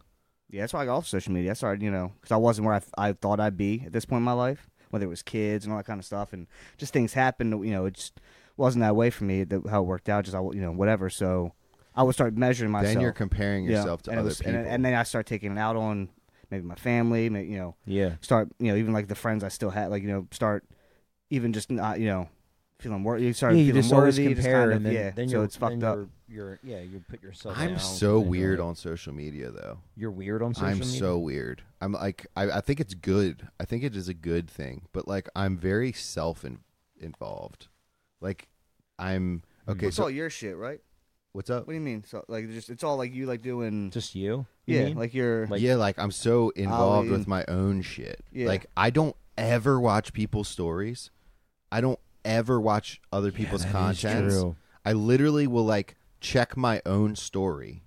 S4: yeah, that's why I got off social media. I started, you know, because I wasn't where I, I thought I'd be at this point in my life, whether it was kids and all that kind of stuff, and just things happened. You know, it just wasn't that way for me. That how it worked out, just I, you know, whatever. So I would start measuring myself.
S5: Then you're comparing
S4: Yeah,
S5: yourself to
S4: and it
S5: other
S4: was-
S5: people.
S4: and, and then I start taking it out on maybe my family. Maybe, you know,
S2: yeah.
S4: start you know even like the friends I still had, like you know, start even just not you know feeling worthy. You
S2: Yeah,
S4: start
S2: you
S4: feeling
S2: just always
S4: worthy. you just
S2: compare,
S4: kind of-
S2: and then,
S4: yeah,
S2: then
S4: so
S2: you're,
S4: it's fucked
S2: then
S4: up.
S2: You're, you're- yeah, you put yourself.
S5: I'm
S2: down,
S5: so
S2: and you're
S5: weird
S2: like,
S5: on social media though.
S2: You're weird on social
S5: I'm
S2: media.
S5: so weird. I'm like I, I think it's good. I think it is a good thing. But like I'm very self in, involved. Like I'm okay.
S4: It's
S5: So
S4: all your shit, right?
S5: what's up?
S4: What do you mean? So like, just it's all like you like doing.
S2: just you. you
S4: yeah,
S2: mean?
S4: like you're.
S2: Like-
S5: yeah, like I'm so involved
S4: Ollie.
S5: with my own shit.
S4: Yeah.
S5: Like I don't ever watch people's stories. I don't ever watch other people's
S2: that is
S5: contents.
S2: true.
S5: I literally will like check my own story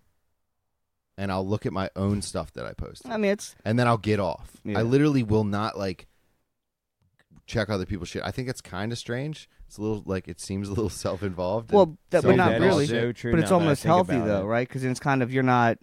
S5: and I'll look at my own stuff that I posted.
S4: I mean, it's
S5: and then I'll get off.
S4: Yeah.
S5: I literally will not like check other people's shit. I think it's kind of strange. It's a little like it seems a little self-involved.
S4: well, that,
S5: we're
S4: but
S2: Dude,
S4: not
S2: that is
S4: really.
S2: so true
S4: but it's
S2: now that I
S4: almost
S2: think
S4: healthy
S2: about
S4: though,
S2: it.
S4: right? Because it's kind of you're not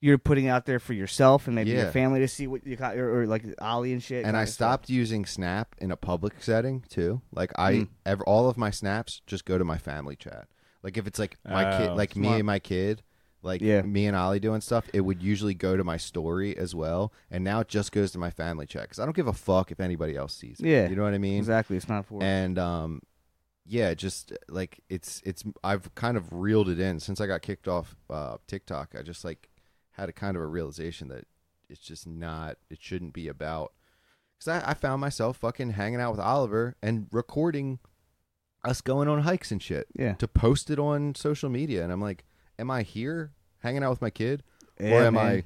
S4: you're putting it out there for yourself and maybe
S5: Yeah.
S4: your family to see what you got, or, or like Ollie and shit.
S5: and I
S4: kinda stuff.
S5: stopped using Snap in a public setting too. Like I
S4: Mm.
S5: ever all of my snaps just go to my family chat. Like if it's like my kid,
S2: Oh,
S5: like me
S2: smart.
S5: and my kid, like
S4: Yeah.
S5: me and Ollie doing stuff, it would usually go to my story as well. And now it just goes to my family chat because I don't give a fuck if anybody else sees it.
S4: Yeah.
S5: you know what I mean.
S4: Exactly, it's not for.
S5: and um yeah just like it's it's i've kind of reeled it in since i got kicked off uh tiktok i just like had a kind of a realization that it's just not it shouldn't be about because I, I found myself fucking hanging out with oliver and recording us going on hikes and shit
S4: Yeah.
S5: to post it on social media and i'm like am i here hanging out with my kid or
S4: Yeah,
S5: am
S4: man.
S5: i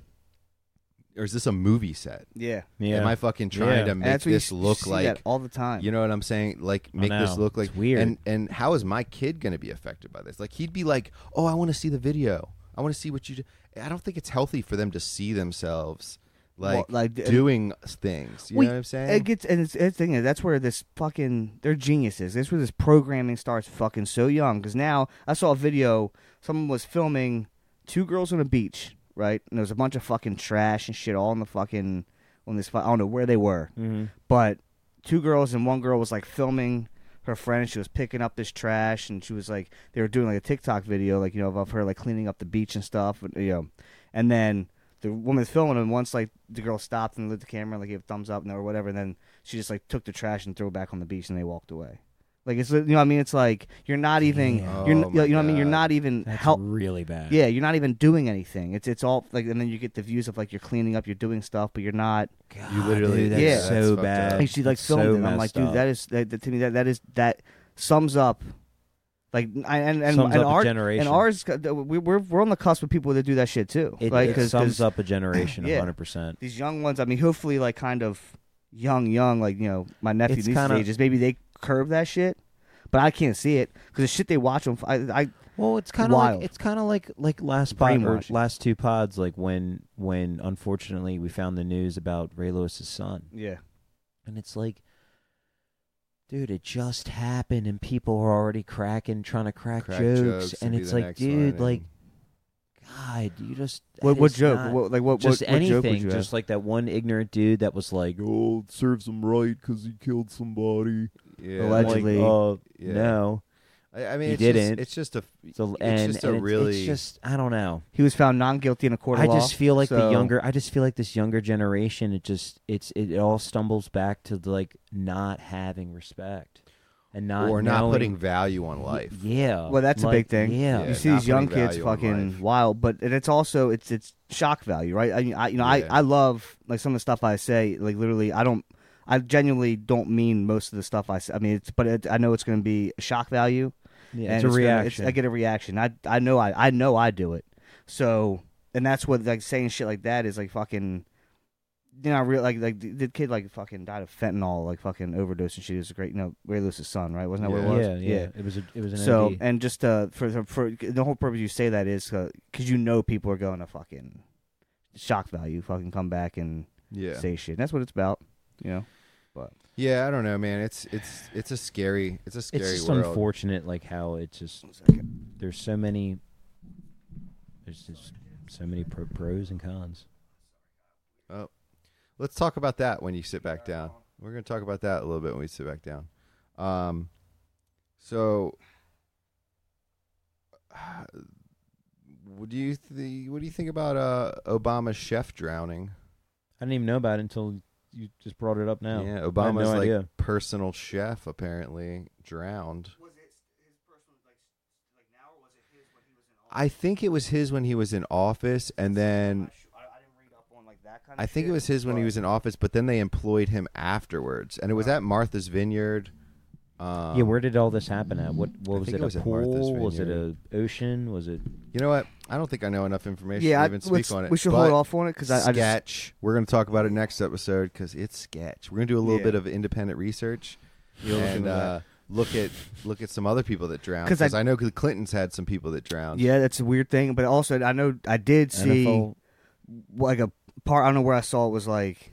S5: or is this a movie set
S4: Yeah,
S2: Yeah.
S5: am i fucking trying
S2: Yeah.
S5: to
S2: And
S4: And
S5: make
S4: that's what you
S5: this
S4: s- you
S5: look
S4: see
S5: like
S4: that all the time.
S5: you know what I'm saying? Like
S2: I
S5: make this
S2: know.
S5: look like
S2: It's weird.
S5: And and how is my kid going to be affected by this? Like he'd be like, "Oh, I want to see the video. I want to see what you do." I don't think it's healthy for them to see themselves like,
S4: Well, like, and-
S5: doing things. You
S4: Well,
S5: know what I'm saying?
S4: It gets and it's, it's thing is that's where this fucking they're geniuses. That's where this programming starts fucking so young. Because now I saw a video. Someone was filming two girls on a beach, right? And there was a bunch of fucking trash and shit all in the fucking on this. fu- I don't know where they were,
S5: Mm-hmm.
S2: Mhm.
S4: but two girls and one girl was like filming her friend. and She was picking up this trash and she was like they were doing like a TikTok video, like you know of her like cleaning up the beach and stuff, and, you know, and then. The woman's filming, and once like the girl stopped and lit the camera and like gave a thumbs up and or whatever, and then she just like took the trash and threw it back on the beach and they walked away. Like it's you know what I mean it's like you're not even
S5: Damn.
S4: you're
S5: Oh
S4: you know
S5: my
S4: what I mean you're
S5: God.
S4: not even
S2: That's
S4: help
S2: really bad.
S4: yeah you're not even doing anything it's it's all like and then you get the views of like you're cleaning up you're doing stuff but you're not
S2: God,
S5: You literally-
S2: dude, that's
S4: Yeah.
S5: That's
S2: so
S5: fucked
S2: bad.
S5: up.
S4: like she like
S2: That's so
S4: filmed it and I'm like
S2: messed
S4: dude
S2: up.
S4: that is that, that to me that that is that sums up like I- and and
S2: Sums
S4: and
S2: up a
S4: our and
S2: generation.
S4: ours uh, we we're we're on the cusp of people that do that shit too
S2: It,
S4: like
S2: it
S4: 'cause-
S2: sums
S4: 'cause-
S2: up a generation,
S4: Yeah.
S2: 100%.
S4: these young ones. I mean, hopefully, like kind of young, young, like you know, my nephew
S2: It's
S4: these
S2: kinda-
S4: ages. Maybe they curb that shit, but I can't see it because the shit they watch on. I, I
S2: Well, it's kind of
S4: Wild.
S2: like it's kind of like like last pod or
S4: Brainwashing.
S2: last two pods, like when when unfortunately we found the news about Ray Lewis's son,
S4: yeah,
S2: and it's like, dude, it just happened, and people are already cracking, trying to crack,
S5: Crack
S2: jokes, and
S5: be
S2: it's
S5: the
S2: like,
S5: next one,
S2: dude,
S5: and-
S2: like, God, you just
S4: what
S2: that
S4: what
S2: is
S4: joke?
S2: not-
S4: what, like what
S2: just
S4: what, what
S2: anything,
S4: joke would you
S2: just
S4: have?
S2: like that one ignorant dude that was like,
S6: Oh, it serves him right because he killed somebody.
S5: yeah,
S2: I'm
S4: alleged-
S5: like,
S4: Allegedly,
S2: like, oh
S5: yeah.
S2: no,
S5: I, I mean,
S2: he
S5: it's
S2: didn't.
S5: Just, it's just a
S2: so
S5: It's
S2: and,
S5: just a
S2: and it's-
S5: really-
S2: it's just I don't know.
S4: he was found non guilty in a court of
S2: I
S4: law.
S2: just feel like the
S4: so-
S2: younger. I just feel like this younger generation. It just it's it, all stumbles back to the, like not having respect and not
S5: or not
S2: knowing-
S5: putting value on life.
S2: Y- Yeah,
S4: Well, that's a
S2: Um, like,
S4: big thing.
S2: Yeah,
S5: Yeah.
S4: you see
S5: not
S4: these young
S5: putting
S4: kids
S5: value on
S4: fucking
S5: life.
S4: wild, but and it's also it's it's shock value, right? I, I you know I
S5: Yeah.
S4: I love like some of the stuff I say, like literally I don't. I genuinely don't mean most of the stuff I say. I mean, it's, but it, I know it's going to be shock value,
S2: Yeah, it's
S4: and
S2: a
S4: gonna-
S2: reaction.
S4: I get a reaction. I I know I I know I do it. So and that's what like saying shit like that is like fucking. You know, I real like like the, the kid like fucking died of fentanyl, like fucking overdose and shit. It was a great, you know, Ray Lewis's son, right? Wasn't that
S5: Yeah.
S4: what it
S2: yeah,
S4: was?
S2: yeah, It was a, it was an
S4: So
S2: OD.
S4: and just uh for for the whole purpose you say that is because you know people are going to fucking shock value, fucking come back and
S5: Yeah,
S4: say shit. that's what it's about, you know.
S5: yeah. I don't know, man. It's it's it's a scary it's a scary
S2: it's just
S5: world.
S2: unfortunate, like how it's just there's so many there's just so many pro- pros and cons.
S5: Let's talk about that when you sit back down. We're going to talk about that a little bit when we sit back down. Um, so, uh, what do you th- what do you think about uh, Obama's chef drowning?
S2: I didn't even know about it until you just brought it up now.
S5: Yeah,
S2: I had
S5: Obama's
S2: no
S5: like
S2: idea.
S5: personal chef apparently drowned.
S4: Was it his personal like like now, or was it his when he was in?
S5: I think it was his when he was in office, and then
S4: I, didn't read up on like that kind
S5: I think it was his when he was in office, but then they employed him afterwards, and it was at Martha's Vineyard. Um,
S2: yeah, where did all this happen at? What, what
S5: I
S2: was
S5: think
S2: it?
S5: it was
S2: a
S5: at Martha's
S2: pool? Was it a
S5: Vineyard.
S2: ocean? Was it?
S5: you know what? I don't think I know enough information
S4: Yeah,
S5: to
S4: I,
S5: even
S4: let's-
S5: speak on it.
S4: we should
S5: but
S4: hold off on it because I, I just
S5: sketch. We're gonna talk about it next episode because it's sketch. We're gonna do a little
S4: Yeah.
S5: bit of independent research
S4: You'll look
S5: and
S4: into that.
S5: uh, look at look at some other people that drowned.
S4: 'Cause I-
S5: Because I, know the Clintons had some people that drowned.
S4: yeah, that's a weird thing. But also, I know I did see
S2: NFL?
S4: like a part. I don't know where I saw it was like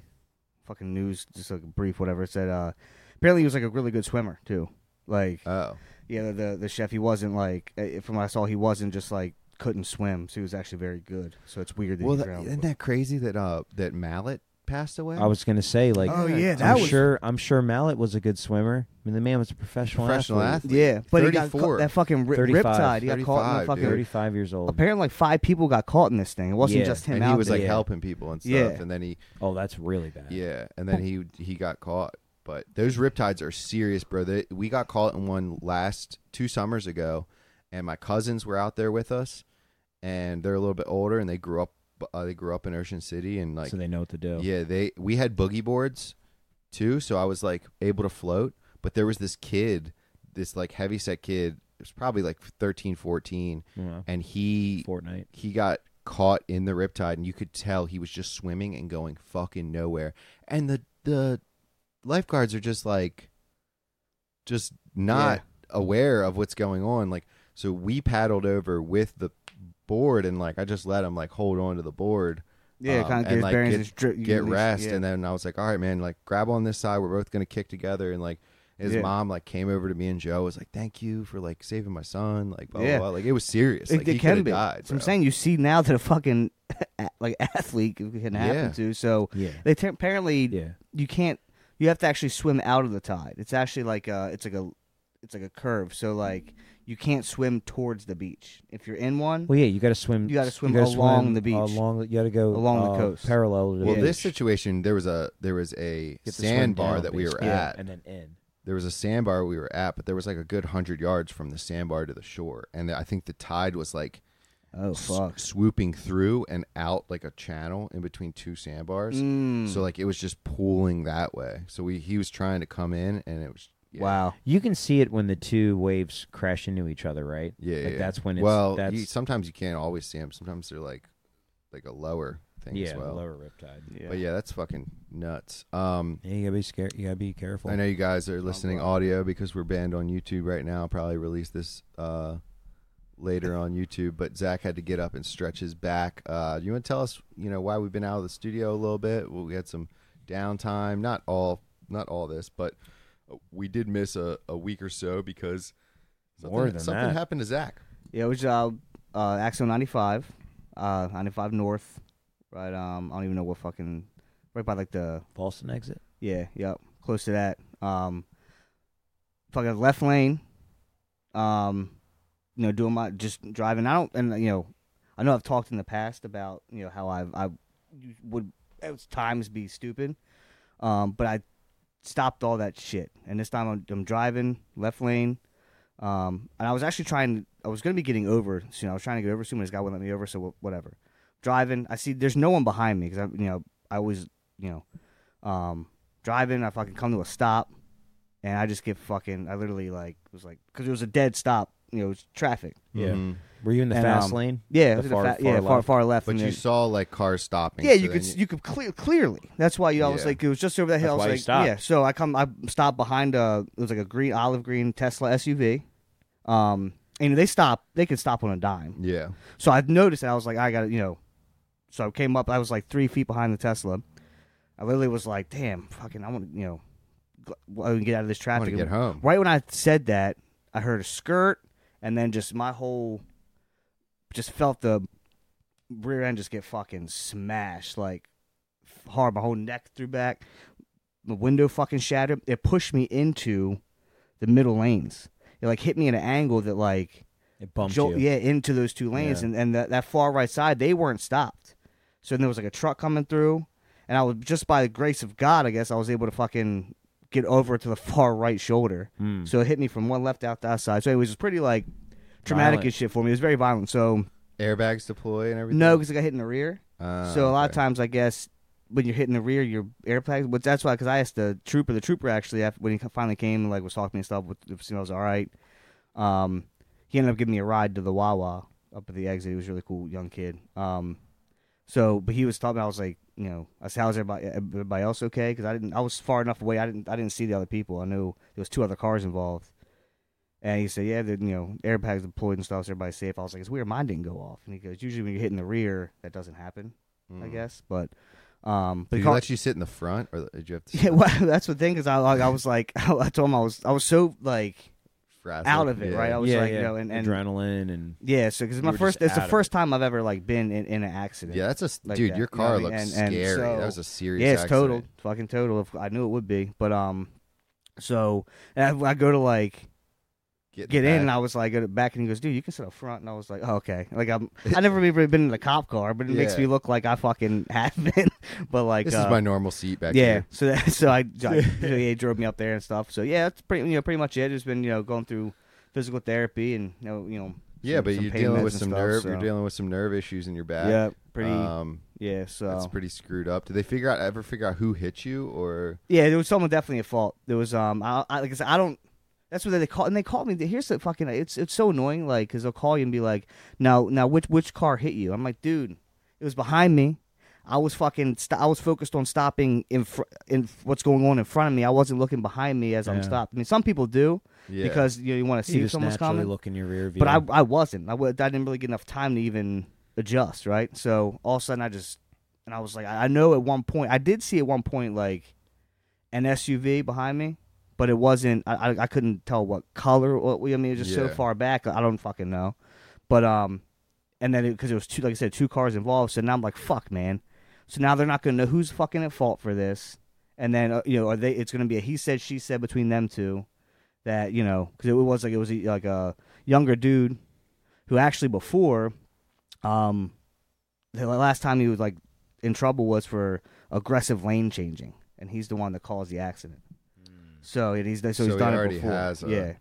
S4: fucking news, just like a brief whatever. It said uh, apparently he was like a really good swimmer too. Like
S5: Oh,
S4: yeah, the the chef he wasn't like eh, from what I saw he wasn't just like couldn't swim. So he was actually very good. So it's weird that
S5: well,
S4: he
S5: that,
S4: drowned.
S5: isn't that crazy that uh that Mallet passed away?
S2: I was gonna say like.
S4: oh yeah,
S5: Yeah,
S4: that
S2: I'm
S4: was
S2: sure. I'm sure Mallet was a good swimmer. I mean, the man was a professional,
S5: professional athlete.
S4: yeah, but he got
S5: 34.
S4: caught, that fucking rip,
S2: 35.
S4: riptide. He got caught in the
S5: 35,
S4: fucking.
S5: dude.
S2: Thirty-five years old.
S4: Apparently, like five people got caught in this thing. It wasn't
S2: Yeah.
S4: just him
S5: and
S4: out
S5: he was
S4: there.
S5: like
S2: Yeah.
S5: helping people and stuff,
S4: Yeah.
S5: and then he
S2: Oh, that's really bad.
S5: yeah, and then he he got caught. But those riptides are serious, bro. They, we got caught in one last two summers ago, and my cousins were out there with us, and they're a little bit older, and they grew up uh, they grew up in Ocean City, and like
S2: so they know what to do.
S5: yeah, they we had boogie boards too, so I was like able to float, but there was this kid, this like heavyset kid, it was probably like 13, 14,
S2: You know,
S5: and he
S2: Fortnite.
S5: he got caught in the riptide and you could tell he was just swimming and going fucking nowhere. And the the lifeguards are just like just not aware of what's going on. Like so we paddled over with the board and like I just let him like hold on to the board
S4: yeah,
S5: um,
S4: kind of
S5: and,
S4: get his
S5: like,
S4: bearings
S5: get-
S4: and just dri- you
S5: get
S4: release-
S5: rest
S4: yeah.
S5: and then i was like all right man like grab on this side we're both gonna kick together and like his
S4: Yeah.
S5: mom like came over to me and joe was like thank you for like saving my son like blah
S4: Yeah.
S5: blah, blah. like it was serious
S4: It,
S5: like
S4: it
S5: he
S4: can
S5: could've
S4: be.
S5: died
S4: so I'm
S5: bro.
S4: saying you see now that a fucking a- like athlete it can happen
S5: Yeah.
S4: to. So
S2: Yeah.
S4: they t- apparently
S2: Yeah.
S4: you can't. You have to actually swim out of the tide. It's actually like a. It's like a. It's like a curve. So like you can't swim towards the beach if you're in one.
S2: Well, yeah, you got to swim.
S4: You gotta swim
S2: gotta
S4: along
S2: swim
S4: the beach.
S2: Along, you got to go
S4: Along the
S2: uh,
S4: coast.
S2: parallel to the
S5: well
S2: beach.
S5: this situation there was a there was a
S2: You have to swim
S5: sandbar
S2: down,
S5: that we were
S2: basically.
S5: at
S2: and then in.
S5: there was a sandbar we were at but there was like a good hundred yards from the sandbar to the shore and i think the tide was like
S4: Oh
S5: s-
S4: fuck.
S5: swooping through and out like a channel in between two sandbars
S4: Mm.
S5: So like it was just pulling that way. So we he was trying to come in and it was yeah.
S4: Wow.
S2: You can see it when the two waves crash into each other, right?
S5: Yeah,
S2: like
S5: yeah.
S2: that's when it's
S5: well,
S2: that's
S5: you, sometimes you can't always see them. Sometimes they're like like a lower thing
S2: yeah,
S5: as well.
S2: lower riptide.
S4: Yeah.
S5: But yeah, that's fucking nuts. Um,
S2: Yeah, you gotta be scared. You gotta be careful.
S5: I know you guys are listening audio because we're banned on YouTube right now. I'll probably release this uh later on YouTube. But Zach had to get up and stretch his back. Uh, you want to tell us, you know, why we've been out of the studio a little bit? Well, we had some downtime. Not all, not all this, but we did miss a, a week or so because something,
S2: More than
S5: something
S2: that.
S5: happened to Zach.
S4: Yeah, it was uh, uh, Axel 95, uh, 95 North, right? Um, I don't even know what fucking, right by like the,
S2: Boston exit.
S4: yeah, yep, close to that. Um, fucking left lane, um, you know, doing my, just driving out. And, you know, I know I've talked in the past about, you know, how I've, I would at times be stupid, um, but I stopped all that shit. And this time I'm, I'm driving left lane, um, and I was actually trying. I was going to be getting over soon. I was trying to get over soon, but this guy wouldn't let me over. So wh- whatever. Driving, I see there's no one behind me because I, you know, I always, you know, um, driving. I fucking come to a stop, and I just get fucking. I literally like was like because it was a dead stop. You know, it's traffic.
S2: Yeah.
S5: Mhm.
S2: Were you in the
S4: Mm-hmm. And,
S2: fast
S4: um,
S2: lane?
S4: Yeah,
S2: The
S4: it was in
S2: far-
S4: fa-
S2: far
S4: yeah, far
S2: left.
S4: far left.
S5: But
S4: and
S5: you
S4: then-
S5: saw like cars stopping.
S4: yeah,
S5: so
S4: you
S5: then
S4: could you could clear, clearly. That's why you always
S5: Yeah.
S4: like it was just over that hill.
S2: That's why
S4: I
S2: you
S4: was like,
S2: stopped.
S4: yeah. So I come, I stopped behind a it was like a green olive green Tesla SUV. Um, and they stop, they could stop on a dime.
S5: yeah.
S4: So I noticed that I was like, I got to, you know. So I came up, I was like three feet behind the Tesla. I literally was like, damn, fucking, I want to, you know, gl- I want to get out of this
S5: I want
S4: traffic.
S5: to get home.
S4: Right when I said that, I heard a skirt, and then just my whole, just felt the rear end just get fucking smashed like f- hard. My whole neck threw back, the window fucking shattered. It pushed me into the middle lanes. It like hit me at an angle that like
S2: It bumped
S4: jolt,
S2: you.
S4: yeah, into those two lanes,
S2: Yeah.
S4: and and that, that far right side they weren't stopped. So then there was like a truck coming through, and I was just by the grace of God, I guess I was able to fucking get over to the far right shoulder.
S2: Hmm.
S4: So it hit me from one left out the outside. So it was just pretty like traumatic
S2: Violent.
S4: as shit for me. It was very violent. So
S5: Airbags deploy and everything.
S4: no, because I got hit in the rear.
S5: Ah,
S4: So a lot of
S5: okay.
S4: times, I guess when you're hitting the rear, your airbags. But that's why, because I asked the trooper. The trooper actually, after, when he finally came, like was talking to me and stuff, with if I was all right. Um, he ended up giving me a ride to the Wawa up at the exit. He was a really cool young kid. Um, so, but he was talking. I was like, you know, I said, "How's everybody, everybody else okay?" Because I didn't. I was far enough away. I didn't. I didn't see the other people. I knew there was two other cars involved. And he said, "Yeah, the, you know, airbags deployed and stuff. So everybody's safe." I was like, "It's weird. Mine didn't go off." And he goes, "Usually when you're hitting the rear, that doesn't happen." I
S5: Mm.
S4: guess. But um, but the
S5: Did he
S4: car-
S5: let you sit in the front, or did you have to?
S4: yeah, well, that's the thing because I like, I was like I told him I was I was so like
S5: frazzled?
S4: out of it
S5: Yeah.
S4: right I was
S2: yeah,
S4: like
S2: yeah.
S4: you know and, and
S2: adrenaline and
S4: yeah so because
S2: You
S4: my
S2: were
S4: first
S2: just
S4: it's the
S2: out of
S4: first time I've ever like been in, in an accident
S5: Yeah, that's a s-
S4: Like
S5: dude.
S4: that,
S5: Your
S4: you know what
S5: car
S4: I mean?
S5: looks
S4: And- and
S5: scary.
S4: so-
S5: that was a serious.
S4: yeah it's
S5: accident.
S4: total fucking total if, I knew it would be but um so and I, I go to like
S5: Get,
S4: get in and
S5: back.
S4: I was like at the back and he goes dude you can sit up front and I was like oh, okay like I'm I never even been in a cop car but it makes
S5: Yeah.
S4: me look like I fucking have been but like
S5: This
S4: uh,
S5: is my normal seat back
S4: yeah.
S5: here.
S4: So that, so I, I so he drove me up there and stuff. So yeah, that's pretty you know pretty much it. It's been you know going through physical therapy and you know you know.
S5: Yeah,
S4: some-
S5: but
S4: some
S5: you're
S4: pain
S5: dealing
S4: meds
S5: with
S4: and
S5: some
S4: stuff,
S5: nerve.
S4: so-
S5: You're dealing with some nerve issues in your back.
S4: Yeah, pretty.
S5: Um,
S4: yeah, so
S5: that's pretty screwed up. Did they figure out ever figure out who hit you or?
S4: yeah, there was someone definitely at fault. There was um, I, I like I said, I don't. That's what they call and they called me. Here's the fucking. It's it's so annoying, like, cause they'll call you and be like, now now which which car hit you? I'm like, dude, it was behind me. I was fucking. St- I was focused on stopping in fr- in what's going on in front of me. I wasn't looking behind me as
S2: Yeah.
S4: I'm stopped. I mean, some people do.
S5: Yeah.
S4: because you, know, you want to see
S2: you
S4: if
S2: just
S4: someone's
S2: naturally
S4: coming.
S2: look in your rear view.
S4: but I, I wasn't. I, w- I didn't really get enough time to even adjust, right? So all of a sudden, I just and I was like, I I know at one point I did see at one point like an SUV behind me, but it wasn't. I I, I couldn't tell what color. What I mean, it was just so
S5: Yeah.
S4: far back. I don't fucking know. But um, and then because it, was two, like I said, two cars involved. So now I'm like, fuck, man. So now they're not gonna know who's fucking at fault for this. And then uh, you know, are they? It's gonna be a he said, she said between them two. That you know, because it was like it was a, like a younger dude who actually before, um, the last time he was like in trouble was for aggressive lane changing, and he's the one that caused the accident. So it, he's so,
S5: Hmm. So
S4: he's
S5: he
S4: done
S5: already
S4: it before.
S5: has a-
S4: yeah,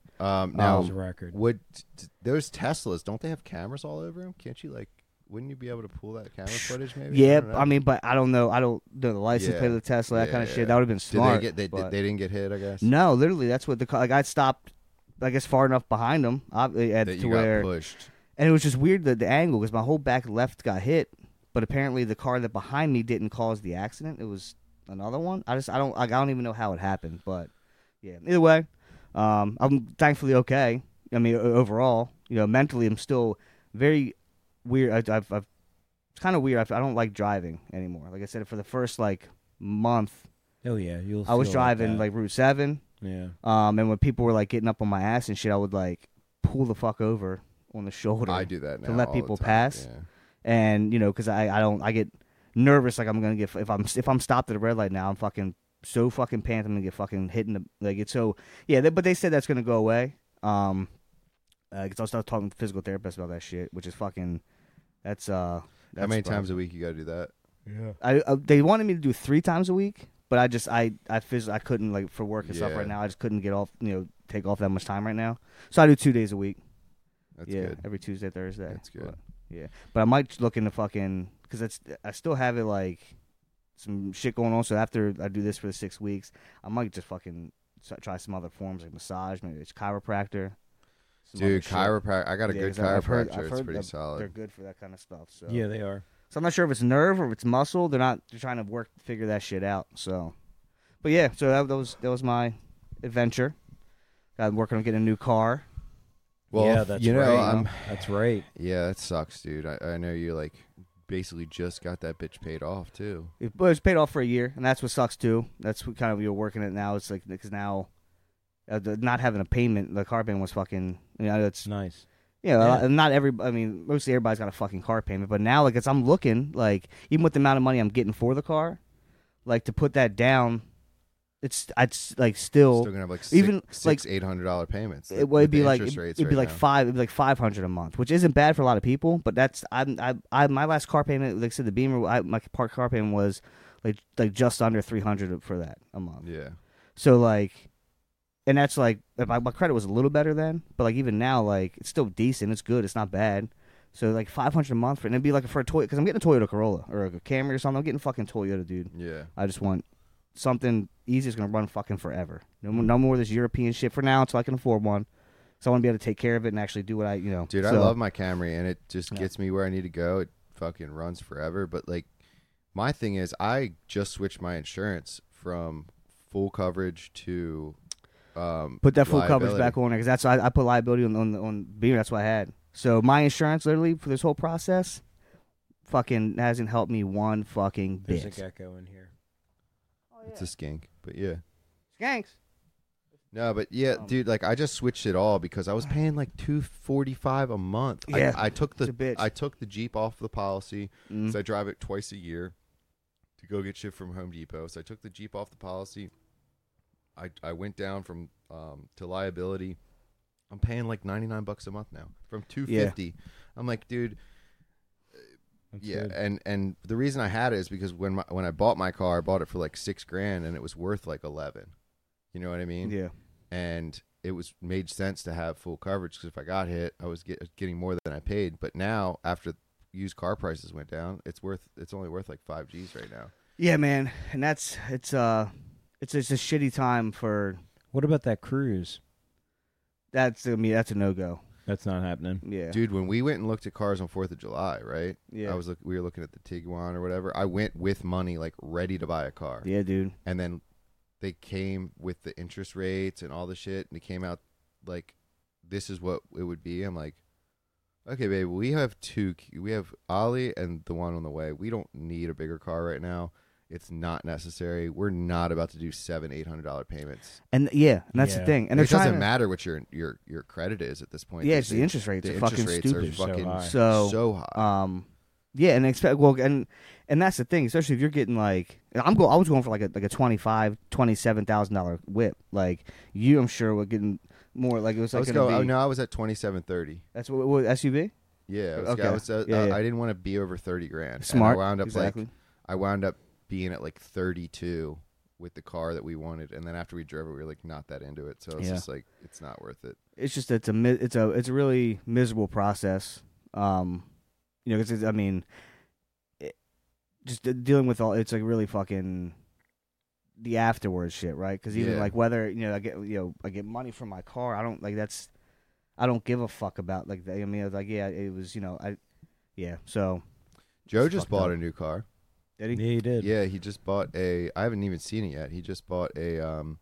S5: Um,
S2: that
S5: now,
S2: was a record.
S5: would t- those Teslas don't they have cameras all over them? Can't you like? Wouldn't you be able to pull that camera footage? Maybe.
S4: yeah.
S5: don't know.
S4: I mean, but I don't know. I don't know the license
S5: Yeah.
S4: plate of the Tesla, that kind of
S5: Yeah.
S4: shit. That would have been
S5: Did
S4: smart.
S5: they get? They,
S4: but-
S5: they didn't get hit. I guess.
S4: No, literally, that's what the car. Like I stopped, I guess far enough behind him, ob- at
S5: That
S4: to
S5: you got
S4: where,
S5: pushed.
S4: and it was just weird the the angle because my whole back left got hit, but apparently the car that behind me didn't cause the accident. It was another one. I just I don't like, I don't even know how it happened, but yeah. Either way, um, I'm thankfully okay. I mean, o- overall, you know, mentally, I'm still very weird. I, I've, I've it's kind of weird. I, I don't like driving anymore. Like I said, for the first like month,
S2: Oh yeah, you'll.
S4: I was
S2: feel
S4: driving
S2: that.
S4: like Route Seven.
S2: yeah.
S4: Um, and when people were like getting up on my ass and shit, I would like pull the fuck over on the shoulder.
S5: I do that now.
S4: to let
S5: all the
S4: people
S5: time,
S4: pass.
S5: yeah.
S4: and you know, because I I don't I get nervous like I'm gonna get if I'm if I'm stopped at a red light now I'm fucking so fucking pants I'm gonna get fucking hit in the like it's so yeah. They, but they said that's gonna go away. Um, uh, 'cause I started talking to physical therapists about that shit, which is fucking that's uh.
S5: How
S4: That's
S5: many
S4: times?
S5: times a week you got to do that?
S4: I, uh they wanted me to do three times a week, but I just I I phys- I couldn't like for work and stuff
S5: Yeah.
S4: right now. I just couldn't get off you know take off that much time right now. So I do two days a week.
S5: That's
S4: yeah,
S5: good.
S4: every Tuesday Thursday.
S5: That's good.
S4: But, yeah, but I might look into fucking because that's I still have it like some shit going on. So after I do this for the six weeks, I might just fucking s- try some other forms like massage, maybe it's chiropractor. some other
S5: Dude,
S4: shit.
S5: chiropractor. I got a
S4: Yeah,
S5: good
S4: 'cause I've heard- I've
S5: chiropractor. It's
S4: heard
S5: pretty
S4: that They're
S5: solid.
S4: good for that kind of stuff. So
S2: Yeah, they are.
S4: so I'm not sure if it's nerve or if it's muscle. They're not. They're trying to work figure that shit out. So, but yeah. So that, that was that was my adventure. I'm working on getting a new car.
S5: Well,
S2: yeah, that's
S5: you know,
S2: right.
S5: I'm-
S2: that's right.
S5: yeah, that sucks, dude. I, I know you like basically just got that bitch paid off too.
S4: It, but it's paid off for a year, and that's what sucks too. That's what kind of you're working it now. It's like because now, uh, the, not having a payment, the car payment was fucking. You know, it's
S2: It's nice.
S4: Yeah,
S2: Yeah.
S4: well, not every. I mean, mostly everybody's got a fucking car payment, but now like as I'm looking, like even with the amount of money I'm getting for the car, like to put that down, it's it's like
S5: Still
S4: still,
S5: gonna have like six,
S4: even,
S5: six eight hundred dollar payments.
S4: it
S5: with
S4: would be
S5: the
S4: like
S5: interest
S4: it'd,
S5: rates
S4: it'd be
S5: right
S4: like
S5: now.
S4: five it'd be like five hundred a month, which isn't bad for a lot of people. But that's I'm I, I my last car payment, like I said, the Beamer, I, my part car payment was like like just under three hundred for that a month.
S5: Yeah,
S4: So like, and that's like my, my credit was a little better then, but like even now, like it's still decent. It's good. It's not bad. So like five hundred a month for, and it'd be like for a Toyota because I'm getting a Toyota Corolla or a Camry or something. I'm getting fucking Toyota, dude.
S5: Yeah.
S4: I just want something easy that's gonna run fucking forever. No, mo- no more of this European shit for now until I can afford one. So I want to be able to take care of it and actually do what I, you know.
S5: Dude, I
S4: So-
S5: love my Camry and it just
S4: Yeah.
S5: gets me where I need to go. It fucking runs forever. But like my thing is I just switched my insurance from full coverage to um
S4: Put that full coverage
S5: liability.
S4: back on there because that's I, I put liability on on, on Beamer. That's what I had. So my insurance literally for this whole process, fucking hasn't helped me one fucking
S2: There's a
S4: bit.
S2: gecko in here.
S5: It's a skink. But Oh, yeah.
S4: Skanks.
S5: No, but yeah,
S4: Um,
S5: dude, like I just switched it all because I was paying like two forty five a month.
S4: Yeah,
S5: I, I took
S4: it's a
S5: the
S4: bitch.
S5: I took the Jeep off the policy
S4: Mm.
S5: So I drive it twice a year to go get shit from Home Depot. So I took the Jeep off the policy. I, I went down from um, to liability. I'm paying like 99 bucks a month now from 250. I'm like, dude,
S3: That's
S5: yeah,
S3: good.
S5: and and the reason I had it is because when my, when I bought my car, I bought it for like 6 grand and it was worth like 11. You know what I mean?
S4: Yeah.
S5: and it was made sense to have full coverage because if I got hit, I was get, getting more than I paid. But now, after used car prices went down, it's worth it's only worth like five G's right now.
S4: Yeah, man, and that's it's uh, it's it's a shitty time for
S2: What about that cruise?
S4: that's I mean that's a no go.
S3: That's not happening.
S4: Yeah,
S5: Dude, when we went and looked at cars on Fourth of July, right?
S4: yeah,
S5: I was look, we were looking at the Tiguan or whatever. I went with money like ready to buy a car,
S4: yeah, dude.
S5: and then they came with the interest rates and all the shit, and it came out like this is what it would be. I'm like. Okay, babe, we have two. We have Ollie and the one on the way. We don't need a bigger car right now. It's not necessary. We're not about to do seven, eight hundred dollar payments.
S4: And yeah, and that's the
S2: Yeah.
S4: thing. And
S5: it
S4: they're
S5: doesn't
S4: trying to-
S5: matter what your your your credit is at this point.
S4: Yeah,
S5: They-
S4: it's the
S5: they-
S4: interest rates
S5: the
S4: are
S5: interest
S4: fucking
S5: rates
S4: stupid.
S5: are fucking
S2: high.
S4: So,
S5: so high.
S4: Um, yeah, and expect well, and and that's the thing, especially if you're getting like I'm go I was going for like a like a twenty five, twenty seven thousand dollar whip. Like you, I'm sure were getting more. Like it was
S5: I
S4: like
S5: was
S4: gonna
S5: going. Oh
S4: be-
S5: no, I was at twenty seven thirty.
S4: that's what, what SUV.
S5: Yeah, I was,
S4: Okay.
S5: I, was, uh,
S4: Yeah, yeah.
S5: I didn't want to be over thirty grand.
S4: Smart.
S5: And I wound up
S4: exactly.
S5: like I wound up being at like thirty two with the car that we wanted, and then after we drove it, we were like not that into it. So it's
S4: Yeah.
S5: just like it's not worth it.
S4: it's just it's a mi- it's a it's a really miserable process. Um, you know, because I mean, it, just de- dealing with all it's like really fucking the afterwards shit, right? Because even
S5: Yeah.
S4: like whether you know I get you know I get money from my car, I don't like that's I don't give a fuck about like that. I mean, I was like yeah, it was you know I yeah. So
S5: Joe
S4: It's
S5: just
S4: fucked
S5: bought
S4: up.
S5: a new car.
S4: did
S2: Yeah,
S4: he?
S2: he did.
S5: Yeah, he just bought a. I haven't even seen it yet. He just bought a um,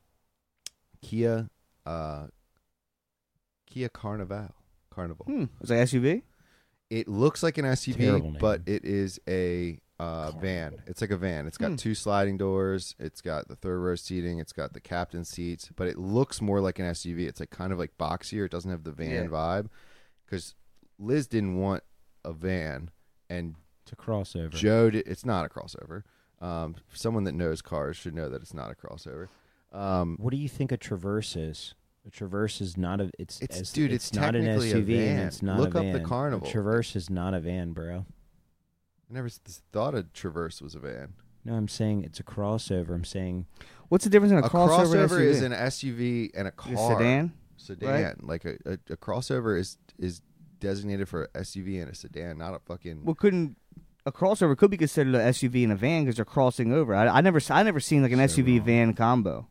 S5: Kia, uh, Kia Carnival. Carnival.
S4: Hmm. It was like SUV.
S5: It looks like an SUV,
S2: Terrible name.
S5: but it is a uh, van. It's like a van. It's got
S4: Hmm.
S5: two sliding doors. It's got the third row seating. It's got the captain seats, but it looks more like an SUV. It's like kind of like boxier. It doesn't have the van
S4: Yeah.
S5: vibe because Liz didn't want a van, and
S2: It's a crossover.
S5: Joe, did, it's not a crossover. Um, someone that knows cars should know that it's not a crossover. Um,
S2: What do you think a Traverse is? A Traverse is not a. It's,
S5: It's-
S2: as-
S5: dude,
S2: It's,
S5: it's
S2: not an
S5: technically a
S2: SUV.
S5: van.
S2: And it's not
S5: Look
S2: a
S5: up the
S2: van.
S5: Carnival.
S2: A Traverse is not a van, bro.
S5: I never s- thought a Traverse was a van.
S2: No, I'm saying it's a crossover. I'm saying
S4: What's the difference in a,
S5: A
S4: crossover,
S5: crossover,
S4: and SUV?
S5: is an SUV and a
S4: Is it
S5: car.
S4: sedan.
S5: Sedan. Like a, a, a crossover is is designated for a SUV and a sedan, not a fucking.
S4: Well, couldn't a crossover could be considered an SUV and a van because they're crossing over. I, I never, s- I never seen like an
S5: So
S4: SUV
S5: wrong.
S4: van combo.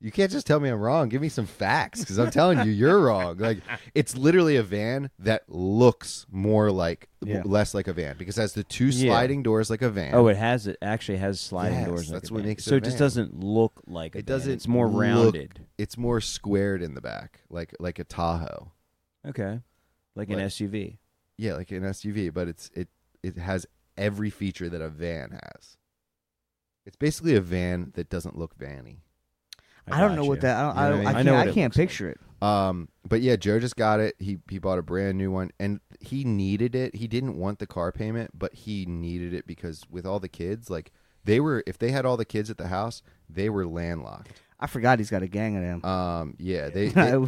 S5: you can't just tell me I'm wrong. Give me some facts, because I'm telling you, you're wrong. Like it's literally a van that looks more like
S4: Yeah.
S5: less like a van because it has the two
S2: Yeah.
S5: sliding doors like a van.
S2: Oh, it has it actually has sliding
S5: Yes,
S2: doors.
S5: that's
S2: like a
S5: what
S2: van.
S5: makes it
S2: so
S5: a
S2: it just
S5: van.
S2: doesn't look like a
S5: It
S2: van.
S5: doesn't
S2: It's more
S5: look-
S2: rounded.
S5: it's more squared in the back, like like a Tahoe.
S2: Okay, like an
S5: Like-
S2: SUV.
S5: Yeah, like an SUV, but it's it it has every feature that a van has. It's basically a van that doesn't look vanny.
S4: I, don't
S2: got
S4: know
S2: you.
S4: what that. I don't. I,
S5: You know
S4: don't,
S5: what
S4: I
S5: I mean?
S4: can't,
S2: I
S4: I
S2: know what it
S4: can't
S2: looks like.
S4: picture it.
S5: Um, but yeah, Joe just got it. He he bought a brand new one, and he needed it. He didn't want the car payment, but he needed it because with all the kids, like they were, if they had all the kids at the house, they were landlocked.
S4: I forgot he's got a gang of them.
S2: Uh,
S5: Um, yeah, they, they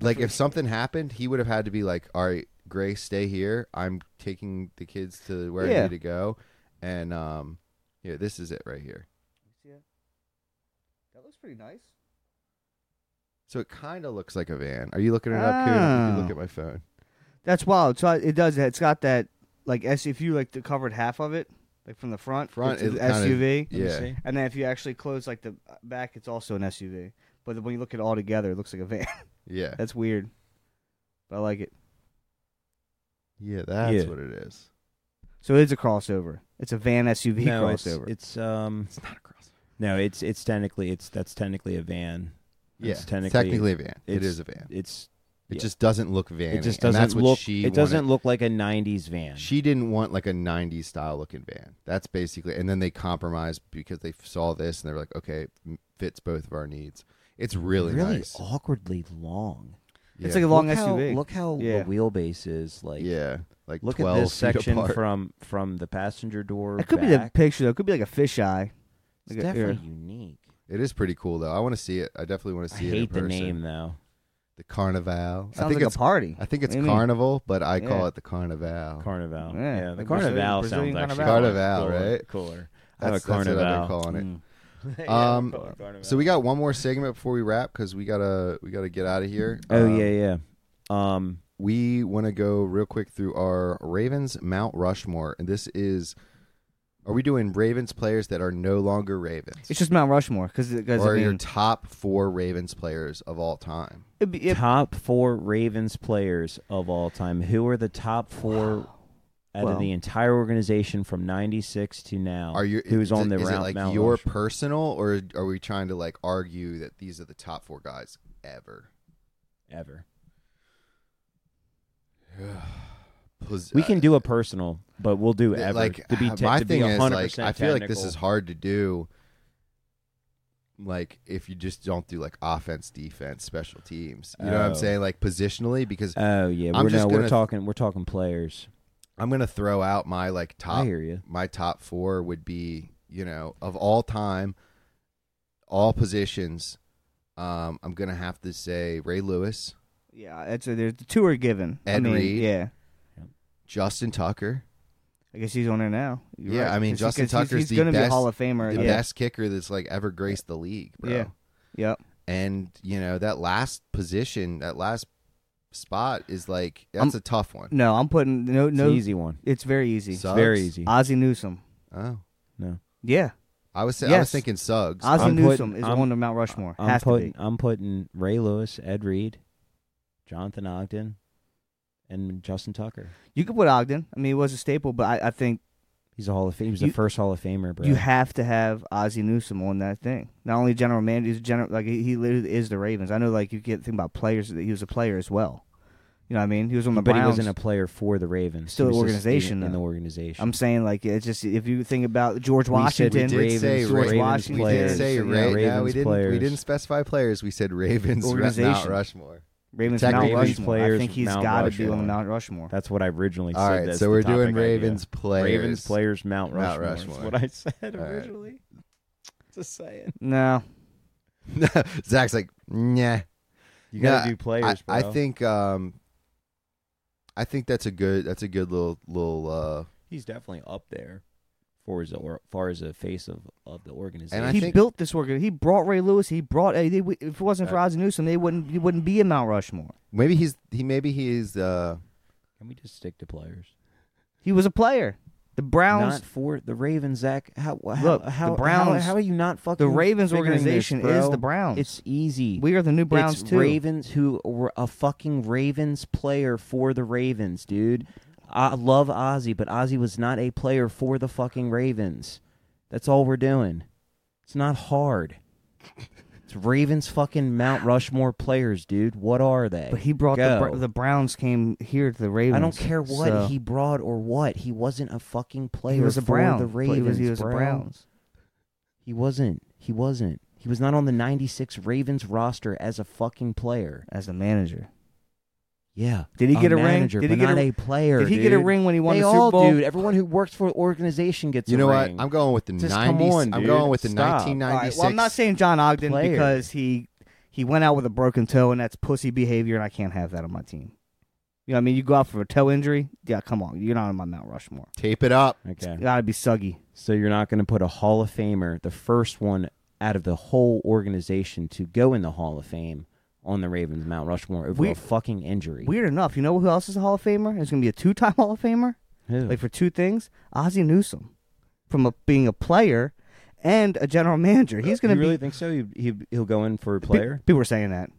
S5: like if something happened, he would have had to be like, "All right, Grace, stay here. I'm taking the kids to where I
S4: Yeah.
S5: need to go." And um, yeah, this is it right here.
S4: that looks pretty nice.
S5: So it kind of looks like a van. Are you looking it up here? Or did you look
S4: Oh.
S5: at my phone.
S4: That's wild. So it does. It's got that like S. If you like the covered half of it, like from the front,
S5: Front
S4: it's an
S5: is kinda-
S4: SUV.
S5: Yeah.
S4: And then if you actually close like the back, it's also an SUV. But when you look at it all together, it looks like a van.
S5: Yeah.
S4: That's weird, but I like it.
S5: Yeah, that's
S2: Yeah.
S5: what it is.
S4: So it's a crossover. It's a van SUV
S2: no, it's,
S4: crossover.
S2: it's um
S5: It's not a crossover.
S2: no, it's it's technically it's that's technically a van.
S5: Yeah.
S2: It's
S5: It's technically,
S2: technically-
S5: a van. it
S2: it's-
S5: is a van.
S2: It's
S5: It
S2: yeah.
S5: just doesn't look van.
S2: it just
S5: and
S2: doesn't
S5: that's what
S2: look
S5: she
S2: it doesn't look like a 90s van.
S5: She didn't want like a 90s style looking van. That's basically, and then they compromised because they saw this and they were like, okay, m- fits both of our needs. It's really, nice.
S2: Oh, awkwardly long.
S4: It's
S5: Yeah.
S4: like a long
S2: look
S4: SUV.
S2: How, look how the
S4: Yeah.
S2: wheelbase is like.
S5: yeah, like
S2: Look
S5: 12
S2: at this
S5: feet
S2: section
S5: apart.
S2: from from the passenger door.
S4: it could be the
S2: back.
S4: picture though. It could be like a fisheye.
S2: It's
S4: Look at-
S2: definitely
S4: here.
S2: unique.
S5: It is pretty cool though. I want to see it. I definitely want to
S2: I
S5: see it. in
S2: hate the
S5: person.
S2: name though.
S5: The Carnival. I
S4: Sounds
S5: think
S4: like
S5: it's
S4: a party.
S5: I think it's
S4: What do you mean?
S5: Carnival, but I call
S4: Yeah.
S5: it the Carnival.
S2: Carnival.
S4: Yeah,
S2: Yeah, the
S4: like
S2: Carnival
S4: Brazilian-
S2: sounds actually
S5: Brazilian
S2: cooler-
S5: Carnival,
S2: cooler-
S5: right?
S2: Cooler. I have
S5: that's,
S2: a
S5: that's what I've
S2: Carnival. Mm.
S5: been calling it.
S4: Mm.
S2: Yeah,
S5: Um,
S2: call it Carnival.
S5: So we got one more segment before we wrap because we gotta we gotta get out of here.
S2: Oh
S5: Um,
S2: yeah, yeah. Um,
S5: we want to go real quick through our Ravens Mount Rushmore, and this is: Are we doing Ravens players that are no longer Ravens,
S4: It's just Mount Rushmore because because
S5: or
S4: I
S5: your
S4: mean,
S5: top four Ravens players of all time?
S4: it'd be, it,
S2: top four Ravens players of all time. Who are the top four out
S4: Well-
S2: of the entire organization from '96 to now?
S5: Are you
S2: who's
S5: is
S2: on
S5: it-
S2: the
S5: is it
S2: route?
S5: like
S2: Mount
S5: your
S2: Rushmore?
S5: personal, or are we trying to like argue that these are the top four guys ever?
S2: ever.
S5: Pos-
S2: We can do
S5: uh,
S2: a personal, but we'll do
S5: th-
S2: ever.
S5: Like
S2: to be
S5: uh,
S2: te-
S5: my
S2: to be
S5: thing is
S2: 100%
S5: like I feel like this is
S2: technical.
S5: hard to do. Like if you just don't do like offense, defense, special teams, you know what I'm
S2: Oh.
S5: saying? Like positionally, because
S2: Oh yeah,
S5: I'm
S2: we're
S5: just
S2: no, we're
S5: gonna-
S2: talking we're talking players.
S5: I'm gonna throw out my like
S2: I
S5: top.
S2: hear you.
S5: My top four would be you know of all time, all positions. Um, I'm gonna have to say Ray Lewis,
S4: yeah, it's a, there's the two are given. I
S5: Ed
S4: mean,
S5: Reed.
S4: yeah.
S5: Justin Tucker,
S4: I guess he's on there now. You're
S5: Yeah,
S4: right.
S5: I mean,
S4: 'Cause-
S5: Justin
S4: 'cause he's-
S5: Tucker's
S4: he's
S5: the
S4: gonna be a
S5: best-
S4: Hall of Famer.
S5: the
S4: yeah.
S5: best kicker that's like ever graced the league, bro.
S4: Yeah. Yep.
S5: And you know that last position, that last spot is like that's a tough one.
S4: No, I'm putting no
S2: It's
S4: no.
S2: an easy one.
S4: It's very easy.
S5: Suggs?
S2: Very easy.
S4: Ozzie Newsome.
S5: Oh,
S4: Yeah,
S5: I was say, I was
S4: Yes.
S5: thinking Suggs.
S4: Ozzie
S2: I'm
S4: Newsome
S2: putting-
S4: is
S2: I'm-
S4: on the Mount Rushmore.
S2: I'm
S4: Has
S2: putting
S4: to be.
S2: I'm putting Ray Lewis, Ed Reed, Jonathan Ogden, and Justin Tucker.
S4: You could put Ogden. I mean, he was a staple, but I, I think
S2: He's a Hall of Fame. He's
S4: You-
S2: the first Hall of Famer, bro.
S4: you have to have Ozzie Newsome on that thing. Not only general manager, he's general like he, he literally is the Ravens. I know, like you get think about players that he was a player as well. You know what I mean? He was on the
S2: but he
S4: Browns.
S2: wasn't a player for the Ravens.
S4: Still
S2: He
S4: an
S2: was just in-
S4: organization,
S2: in, the
S4: though.
S2: organization.
S4: I'm saying like it's just if you think about George Washington,
S5: we did say
S4: George
S5: Ra-
S2: Ravens
S4: Washington,
S5: we did
S2: players.
S5: say
S4: yeah,
S5: Ra-
S2: Ravens
S5: no, we didn't we
S2: players.
S5: didn't specify players. We said Ravens Ra- Mount
S4: Organization.
S5: Rushmore.
S4: Ravens
S5: Tech
S4: Mount
S5: Ravens
S4: Rushmore. I
S2: players,
S4: think he's
S2: Mount
S4: got to be on
S2: Rushmore.
S4: Mount Rushmore.
S2: That's what I originally
S5: All
S2: said.
S5: right,
S2: That's
S5: so
S2: the
S5: we're
S2: topic
S5: doing
S2: idea.
S5: Ravens players.
S2: Ravens players, Mount
S5: Mount
S2: Rushmore.
S5: Rushmore.
S2: That's what I said
S5: All right.
S2: originally. Just saying.
S4: No,
S5: Zach's like, nah.
S2: You gotta
S5: Nah,
S2: do players,
S5: I,
S2: bro.
S5: I think um, I think that's a good that's a good little little uh,
S2: he's definitely up there for as or, far as the face of, of the organization.
S5: And I
S4: he
S5: think-
S4: built this organ. He brought Ray Lewis. He brought. eh, They, if it wasn't for Ozzie Newsome, they wouldn't. He wouldn't be in Mount Rushmore.
S5: maybe he's he maybe he's uh
S2: Can we just stick to players?
S4: He was a player. The Browns.
S2: Not for the Ravens, Zach. How, how,
S4: Look, the
S2: how,
S4: Browns-
S2: How, how are you not fucking?
S4: the Ravens
S2: figuring
S4: organization
S2: this, bro?
S4: is the Browns.
S2: It's easy.
S4: we are the new Browns
S2: it's
S4: too.
S2: Ravens who were a fucking Ravens player for the Ravens, dude. I love Ozzy, but Ozzy was not a player for the fucking Ravens. That's all we're doing. It's not hard. It's Ravens fucking Mount Rushmore players, dude. What are they?
S4: But he brought
S2: Go.
S4: the, Bra- the Browns came here to the Ravens.
S2: I don't care what
S4: so-
S2: he brought or what. He wasn't a fucking player
S4: He was a
S2: for
S4: Brown.
S2: the
S4: but
S2: Ravens.
S4: he was, he was
S2: bro.
S4: a Browns.
S2: He wasn't. He wasn't. He was not on the 96 Ravens roster as a fucking player.
S4: as a manager.
S2: Yeah.
S4: Did he get a ring?
S2: manager,
S4: Did he
S2: but
S4: get a-
S2: not a, player?
S4: Did he get a
S2: dude.
S4: ring when he won
S2: They
S4: the Super
S2: all
S4: Bowl?
S2: do. Everyone who works for an organization gets
S5: you
S2: a
S5: know
S2: ring.
S5: what I'm going with the
S2: Just come
S5: 90s
S2: on,
S5: I'm
S2: dude.
S5: going with the
S2: Stop.
S4: All right,
S5: 1996
S4: well, I'm not saying John Ogden
S2: player.
S4: because he he went out with a broken toe, and that's pussy behavior, and I can't have that on my team. You know, what I mean, you go out for a toe injury. Yeah, come on, you're not on my Mount Rushmore.
S5: tape it up
S2: Okay.
S4: You gotta be suggy.
S2: So you're not going to put a Hall of Famer, the first one out of the whole organization to go in the Hall of Fame on the Ravens Mount Rushmore over a
S4: Weird-
S2: fucking injury.
S4: Weird enough, you know who else is a Hall of Famer? It's going to be a two-time Hall of Famer.
S2: Who?
S4: Like for two things, Ozzie Newsome, from a, being a player and a general manager, he's going to
S2: you really
S4: be.
S2: think so? He, he he'll go in for a
S4: pe-
S2: player.
S4: People were saying that.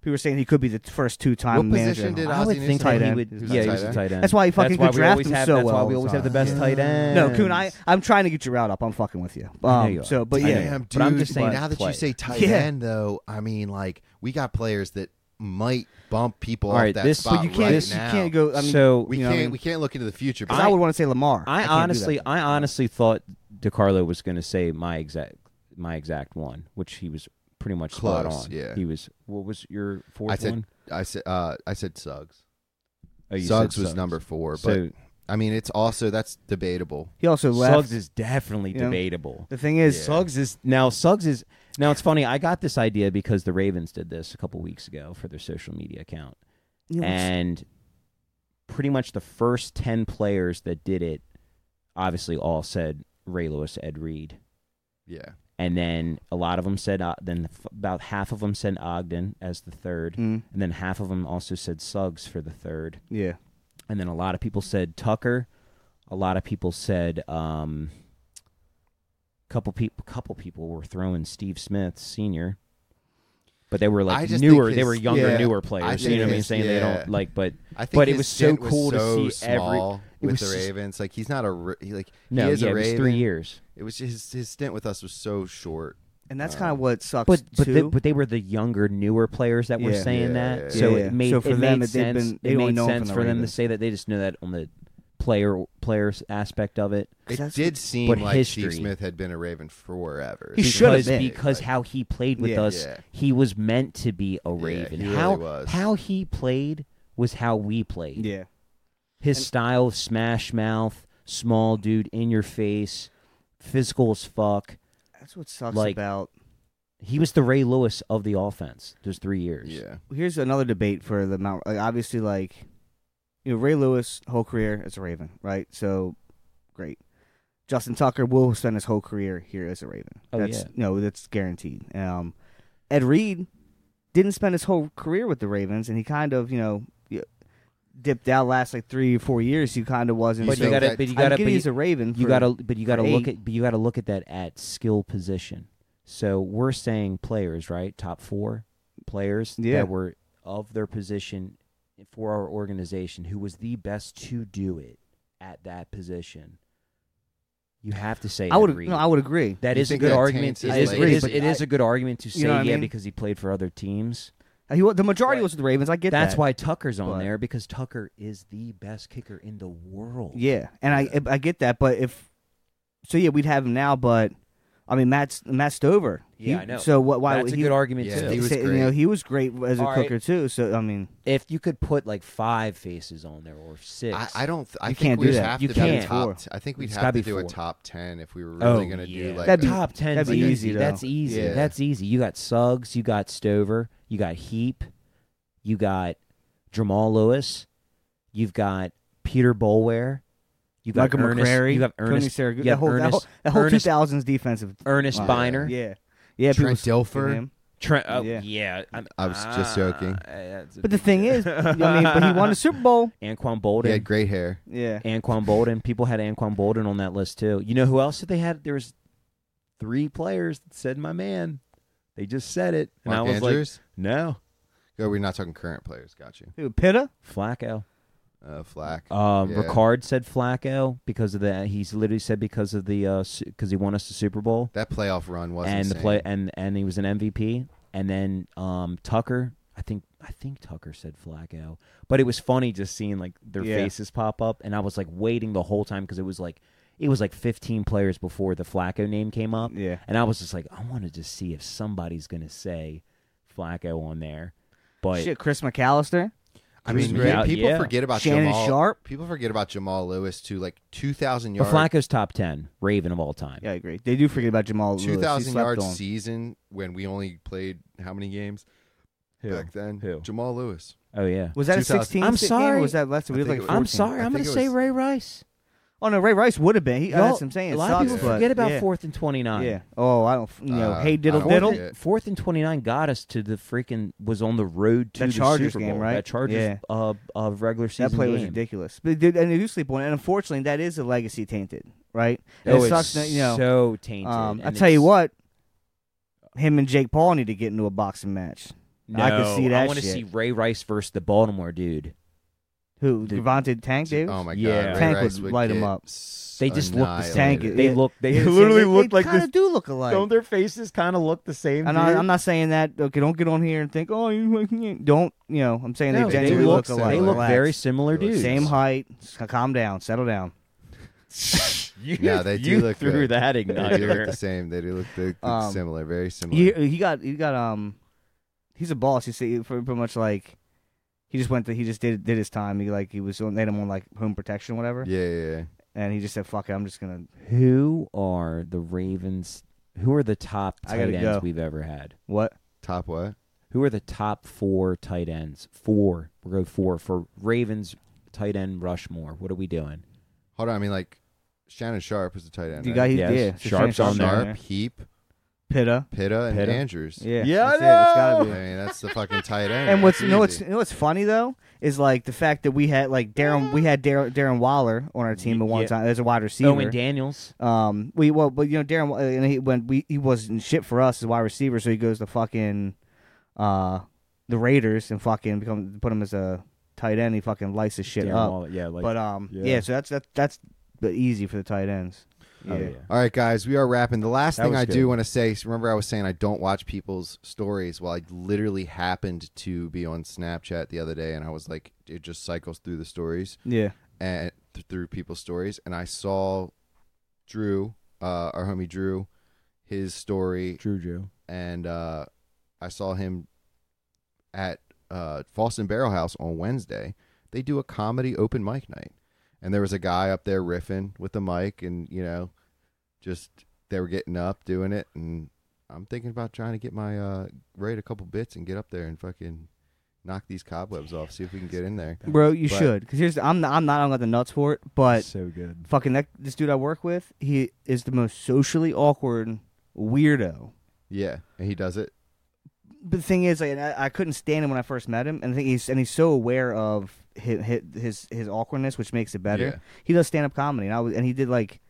S4: People were saying he could be the first two-time
S5: What
S4: manager.
S5: position did
S2: I
S5: Ozzie
S2: would think
S5: Newsome
S2: that
S5: play?
S2: he
S4: end?
S2: would.
S5: He was a
S2: yeah, he
S5: tight
S2: was a
S5: end?
S2: tight end.
S4: That's why he fucking
S2: That's why
S4: could
S2: we
S4: draft
S2: always
S4: him
S2: have,
S4: so
S2: That's why
S4: well
S2: we
S4: all
S2: always
S4: the
S2: have the
S4: time.
S2: best
S5: Yeah.
S2: tight end.
S4: No, Coon, I I'm trying to get you out up. I'm fucking with you.
S2: I know
S4: Um,
S2: you are.
S4: so, but
S2: I
S4: yeah,
S5: Damn, dude.
S2: But I'm just saying
S5: now that
S2: play.
S5: you say tight
S4: Yeah.
S5: end, though, I mean, like we got players that might bump people
S2: All
S5: off
S2: right,
S5: that
S2: this-
S5: spot
S4: but you
S5: right
S4: can't you
S5: now.
S4: can't go. I mean,
S2: so
S5: We
S4: you know
S5: can't.
S4: what I mean?
S5: We can't look into the future.
S4: because
S5: Because
S4: I,
S5: I,
S4: would want to say Lamar.
S2: I,
S4: can't do that.
S2: honestly, I honestly thought DeCarlo was going to say my exact my exact one, which he was pretty much spot
S5: Close,
S2: on.
S5: yeah.
S2: he was. What was your fourth
S5: I said-
S2: one?
S5: I said. Uh, I said Suggs.
S2: Oh, you said
S5: Suggs was number four, but
S2: So
S5: I mean, it's also that's debatable.
S4: he also left.
S2: Suggs is definitely
S4: You know?
S2: debatable.
S4: the thing is,
S2: Suggs is now. Suggs is now. It's funny. I got this idea because the Ravens did this a couple weeks ago for their social media account.
S4: you know,
S2: and pretty much the first 10 players that did it obviously all said Ray Lewis, Ed Reed.
S5: Yeah.
S2: And then a lot of them said, uh, then f- about half of them said Ogden as the third.
S4: mm,
S2: And then half of them also said Suggs for the third.
S4: yeah,
S2: And then a lot of people said Tucker. A lot of people said, um, couple people, couple people were throwing Steve Smith senior, but they were
S5: I
S2: like
S5: just
S2: newer.
S5: think
S2: They
S5: his-
S2: were younger,
S5: yeah,
S2: newer
S5: I
S2: players. You
S5: think
S2: know what I mean?
S5: his-
S2: Saying they
S5: yeah.
S2: don't like, but
S5: I think
S2: But it
S5: his
S2: was so
S5: stint was
S2: cool to
S5: so
S2: see every-
S5: small
S2: it
S5: with
S2: was
S5: the
S2: just-
S5: Ravens. Like he's not a ra- he, like
S2: No,
S5: he is
S2: yeah,
S5: a
S2: it was
S5: Raven.
S2: three years.
S5: It was his his stint with us was so short.
S4: and that's
S5: Uh,
S4: kind of what sucks
S2: But but,
S4: too.
S2: the, but they were the younger, newer players that were
S4: Yeah.
S2: saying
S5: Yeah,
S2: that,
S5: yeah,
S2: so
S4: yeah.
S2: it made
S4: So for
S2: it
S4: them,
S2: made
S4: it- they've
S2: sense.
S4: been- they
S2: it
S4: only
S2: made
S4: know him from
S2: sense
S4: the
S2: for them to
S4: Ravens.
S2: say that they just know that on the player players aspect of it.
S5: It
S4: that's
S5: did
S4: the-
S5: seem
S2: but
S5: like Steve
S2: history-
S5: Smith had been a Raven forever.
S4: He
S5: It
S2: because,
S4: should have been.
S2: because
S5: Like,
S2: how he played with
S4: Yeah.
S2: us,
S5: Yeah.
S2: he was meant to be a Raven.
S5: he really
S2: how
S5: was.
S2: how he played was how we played.
S4: yeah,
S2: His
S4: And-
S2: style of smash mouth, small dude, in your face, physical as fuck.
S4: that's what sucks
S2: Like-
S4: about.
S2: He was the Ray Lewis of the offense. Those three years.
S5: Yeah.
S4: Here's another debate for the Mount. Like, obviously, like you know, Ray Lewis whole career as a Raven, right? So great. Justin Tucker will spend his whole career here as a Raven.
S2: Oh,
S4: that's
S2: yeah.
S4: no, that's guaranteed. Um, Ed Reed didn't spend his whole career with the Ravens, and he kind of you know y- dipped out last like three or four years. He kind of wasn't.
S2: But
S5: So
S2: you gotta,
S5: that-
S2: but you
S4: I
S2: gotta,
S4: get
S2: but
S4: he's a Raven.
S2: you
S4: for-
S2: gotta but you gotta
S4: for
S2: look
S4: eight.
S2: at but you gotta look at that at skill position so we're saying players right top four players
S4: Yeah.
S2: that were of their position for our organization who was the best to do it at that position you have to say
S4: I would.
S2: Ed Reed.
S4: No, I would agree.
S2: that
S5: You
S2: is a
S5: think
S2: good
S5: that
S2: argument.
S5: taints
S2: It is,
S5: his
S2: it
S4: legacy?
S2: is. It is a good argument to say
S4: You know what I
S2: yeah
S4: mean?
S2: because he played for other teams.
S4: Uh, he wa- the majority
S5: Right.
S4: was with the Ravens. I get
S2: That's
S4: that.
S2: why Tucker's on
S4: But-
S2: there because Tucker is the best kicker in the world.
S4: Yeah, and I I get that, but if so, yeah, we'd have him now. But I mean, Matt's Matt Stover. he-
S2: Yeah, I know.
S4: So what? Why
S2: That's
S4: would
S2: a
S4: he?
S2: good argument
S5: Yeah,
S2: too.
S5: he was
S4: say- you
S5: great.
S4: know, he was great as a
S2: All right.
S4: cooker too. So I mean,
S2: if you could put like five faces on there or six.
S5: I, I don't. Th- I
S4: You
S5: think
S4: can't
S5: we'd
S4: do that.
S5: Have
S2: You
S5: to
S2: can't.
S5: Do top,
S4: Four.
S5: t- I think we'd
S2: It's
S5: have
S2: gotta
S5: to
S2: be
S5: do a
S2: four.
S5: top ten if we were
S2: Oh,
S5: really going to
S2: yeah.
S5: do like
S4: That'd
S5: a-
S4: be-
S2: top ten.
S4: that'd be
S2: easy.
S4: easy, though.
S2: That's easy.
S5: Yeah.
S2: That's easy. You got Suggs. You got Stover. You got Heap. You got Jamal Lewis. You've got Peter Bolware. You got
S4: Michael
S2: Ernest.
S4: McCrary,
S2: You got Ernest.
S4: Tony Saragu-
S2: you
S4: that
S2: have
S4: whole, that whole,
S2: Ernest-
S4: that whole
S2: Ernest-
S4: 2000s defensive.
S2: Ernest
S5: Wow.
S2: Biner.
S4: Yeah, yeah. people
S5: Trent
S4: speak of
S5: Dilfer.
S4: him.
S2: Trent, oh,
S4: Yeah.
S2: yeah. I'm-
S5: I was just joking.
S2: ah, that's a
S4: But the
S2: big
S4: thing
S2: deal.
S4: is, I mean, but he won the Super Bowl.
S2: Anquan
S5: He
S2: Bolden.
S5: had great hair.
S4: Yeah,
S2: Anquan Bolden. People had Anquan Bolden on that list too. You know who else that they had? There was three players that said my man. They just said it. And
S5: Mark
S2: I was like,
S5: Andrews.
S2: no.
S5: oh, we're not talking current players. Got you.
S4: Who, Pitta.
S2: Flacco.
S5: Uh, Flack.
S2: Um,
S5: Yeah.
S2: Ricard said Flacco because of the he's literally said because of the uh because he won us the Super Bowl
S5: that playoff run was
S2: and the
S5: insane.
S2: play and and he was an MVP and then um Tucker I think I think Tucker said Flacco but it was funny just seeing like their
S4: Yeah.
S2: faces pop up and I was like waiting the whole time because it was like it was like 15 players before the Flacco name came up
S4: Yeah,
S2: and I was just like I wanted to see if somebody's gonna say Flacco on there but
S4: shit. Chris McAllister,
S5: I
S2: Chris
S5: mean,
S2: Brown,
S5: people
S2: yeah.
S5: forget about
S4: Shannon
S5: Jamal.
S4: Sharp.
S5: People forget about Jamal Lewis too. Like two thousand
S2: but
S5: yards.
S2: Flacco's top 10 Raven of all time
S4: Yeah, I agree. They do forget about Jamal. Lewis. He
S5: 2000
S4: slept
S5: yard
S4: on.
S5: season when we only played how many games
S2: Who?
S5: back then?
S2: Who?
S5: Jamal Lewis.
S2: oh yeah
S4: Was that a
S5: 2000.
S4: 16?
S2: I'm
S4: state game, or
S2: sorry.
S4: Was that less? We
S5: I
S4: was like
S5: think it was-
S2: I'm
S4: 14.
S2: sorry.
S5: I
S2: I'm going
S5: think
S2: to
S5: it
S2: say
S5: was-
S2: Ray Rice.
S4: Oh no, Ray Rice would have been. He, uh,
S2: Y'all-
S4: that's what I'm saying. It
S2: a lot
S4: sucks,
S2: of people
S4: but-
S2: forget about
S4: yeah.
S2: fourth and twenty nine.
S4: Yeah. Oh, I don't. f- You know,
S5: Uh,
S4: hey, diddle
S5: I don't
S4: diddle.
S5: think it-
S2: Fourth and twenty nine got us to the freaking was on the road to
S4: That
S2: the
S4: Chargers
S2: Super
S4: game,
S2: Bowl.
S4: right?
S2: That Chargers
S4: Yeah.
S2: uh, uh, regular season
S4: That play
S2: game.
S4: was ridiculous. But dude, and they do sleep on it. And unfortunately, that is a legacy tainted, right? And
S2: Oh,
S4: it
S2: it's
S4: sucks. that, you know,
S2: so tainted.
S4: um, I
S2: and
S4: tell you
S2: it's-
S4: what, him and Jake Paul need to get into a boxing match. I can
S2: No,
S4: see that
S2: I want to
S4: shit.
S2: see Ray Rice versus the Baltimore dude.
S4: Who
S2: Dude.
S4: Devontae Tank Davis?
S5: Oh my god,
S3: Yeah.
S5: Ray
S4: Tank
S5: Rice
S4: would
S5: would
S4: light 'em
S5: get
S4: up.
S5: s-
S2: They just look the same.
S4: Tank
S5: annihilated.
S4: it.
S2: They
S4: Yeah.
S2: look. They
S4: They
S3: literally
S4: they,
S3: looked like
S4: kind
S3: this-
S4: of do look alike.
S3: Don't their faces kind of look the same?
S4: And I, I'm not saying that. Okay, don't get on here and think, oh, you don't. You know, I'm saying
S2: No,
S4: they
S2: they
S4: genuinely
S2: look-
S4: look alike.
S2: They look
S4: Relax.
S2: very similar,
S5: They look
S2: dudes.
S4: Same height. S- Calm down. Settle down.
S3: you,
S5: Yeah, they do
S3: you
S5: look
S3: threw
S5: good.
S3: that
S5: They do look the
S3: igniter.
S5: same. They do look, they look
S4: Um,
S5: similar, very similar.
S4: He, he got he got um, he's a boss. He's he pretty pretty much like he just went to he just did did his time. He like he was on they had him on like home protection or whatever,
S5: yeah, yeah, yeah.
S4: and he just said, "Fuck it, I'm just gonna
S2: Who are the Ravens? Who are the top
S4: I
S2: tight
S4: gotta
S2: ends
S4: go.
S2: we've ever had?
S4: what
S5: Top what?
S2: Who are the top four tight ends? Four. We're going four for Ravens tight end Rushmore. What are we doing?
S5: Hold on, I mean like Shannon Sharp is the tight end.
S4: you got?
S5: right?
S4: He,
S2: Yes,
S4: Yeah, so
S2: Sharp's
S4: Shannon
S2: on
S4: Sharp's
S5: Sharp,
S4: there.
S5: Heap,
S4: Pitta.
S5: Pitta, and
S2: Pitta.
S5: Andrews.
S4: Yeah,
S3: Yeah,
S4: that's it. It's gotta
S5: I
S4: be.
S5: mean that's the fucking tight end.
S4: And what's
S5: That's
S4: you know what's
S5: easy.
S4: you know what's funny though is like the fact that we had like Darren we had Darren, Darren Waller on our team at one
S2: Yeah.
S4: time as a wide receiver.
S2: Owen Daniels.
S4: Um, we well, but you know, Darren, uh, and he when we he wasn't shit for us as wide receiver, so he goes to fucking, uh, the Raiders and fucking become put him as a tight end. He fucking lights his shit
S3: Darren
S4: up.
S3: Waller, Yeah, like
S4: but um, yeah.
S3: yeah.
S4: so that's that's that's the easy for the tight ends. Yeah.
S3: oh, yeah.
S5: All right, guys, we are wrapping. The last
S3: That
S5: thing
S3: was
S5: I
S3: good.
S5: do want to say is remember, I was saying I don't watch people's stories. Well, I literally happened to be on Snapchat the other day, and I was like, it just cycles through the stories
S4: yeah,
S5: and th- through people's stories. And I saw Drew, uh, our homie Drew, his story,
S3: Drew Drew.
S5: and uh, I saw him at uh, False and Barrel House on Wednesday. They do a comedy open mic night, and there was a guy up there riffing with the mic, and you know, just they were getting up doing it, and I'm thinking about trying to get my uh, rate a couple bits and get up there and fucking knock these cobwebs off, see if we can get in there.
S4: bro, you
S5: But-
S4: should because here's the, I'm not, I'm not I'm not the nuts for it, but
S3: so good.
S4: fucking that this dude I work with, he is the most socially awkward weirdo.
S5: Yeah, and he does it.
S4: the thing is, like, and I, I couldn't stand him when I first met him, and I think he's and he's so aware of his his his awkwardness, which makes it better.
S5: Yeah.
S4: He does stand up comedy, and I was, and he did like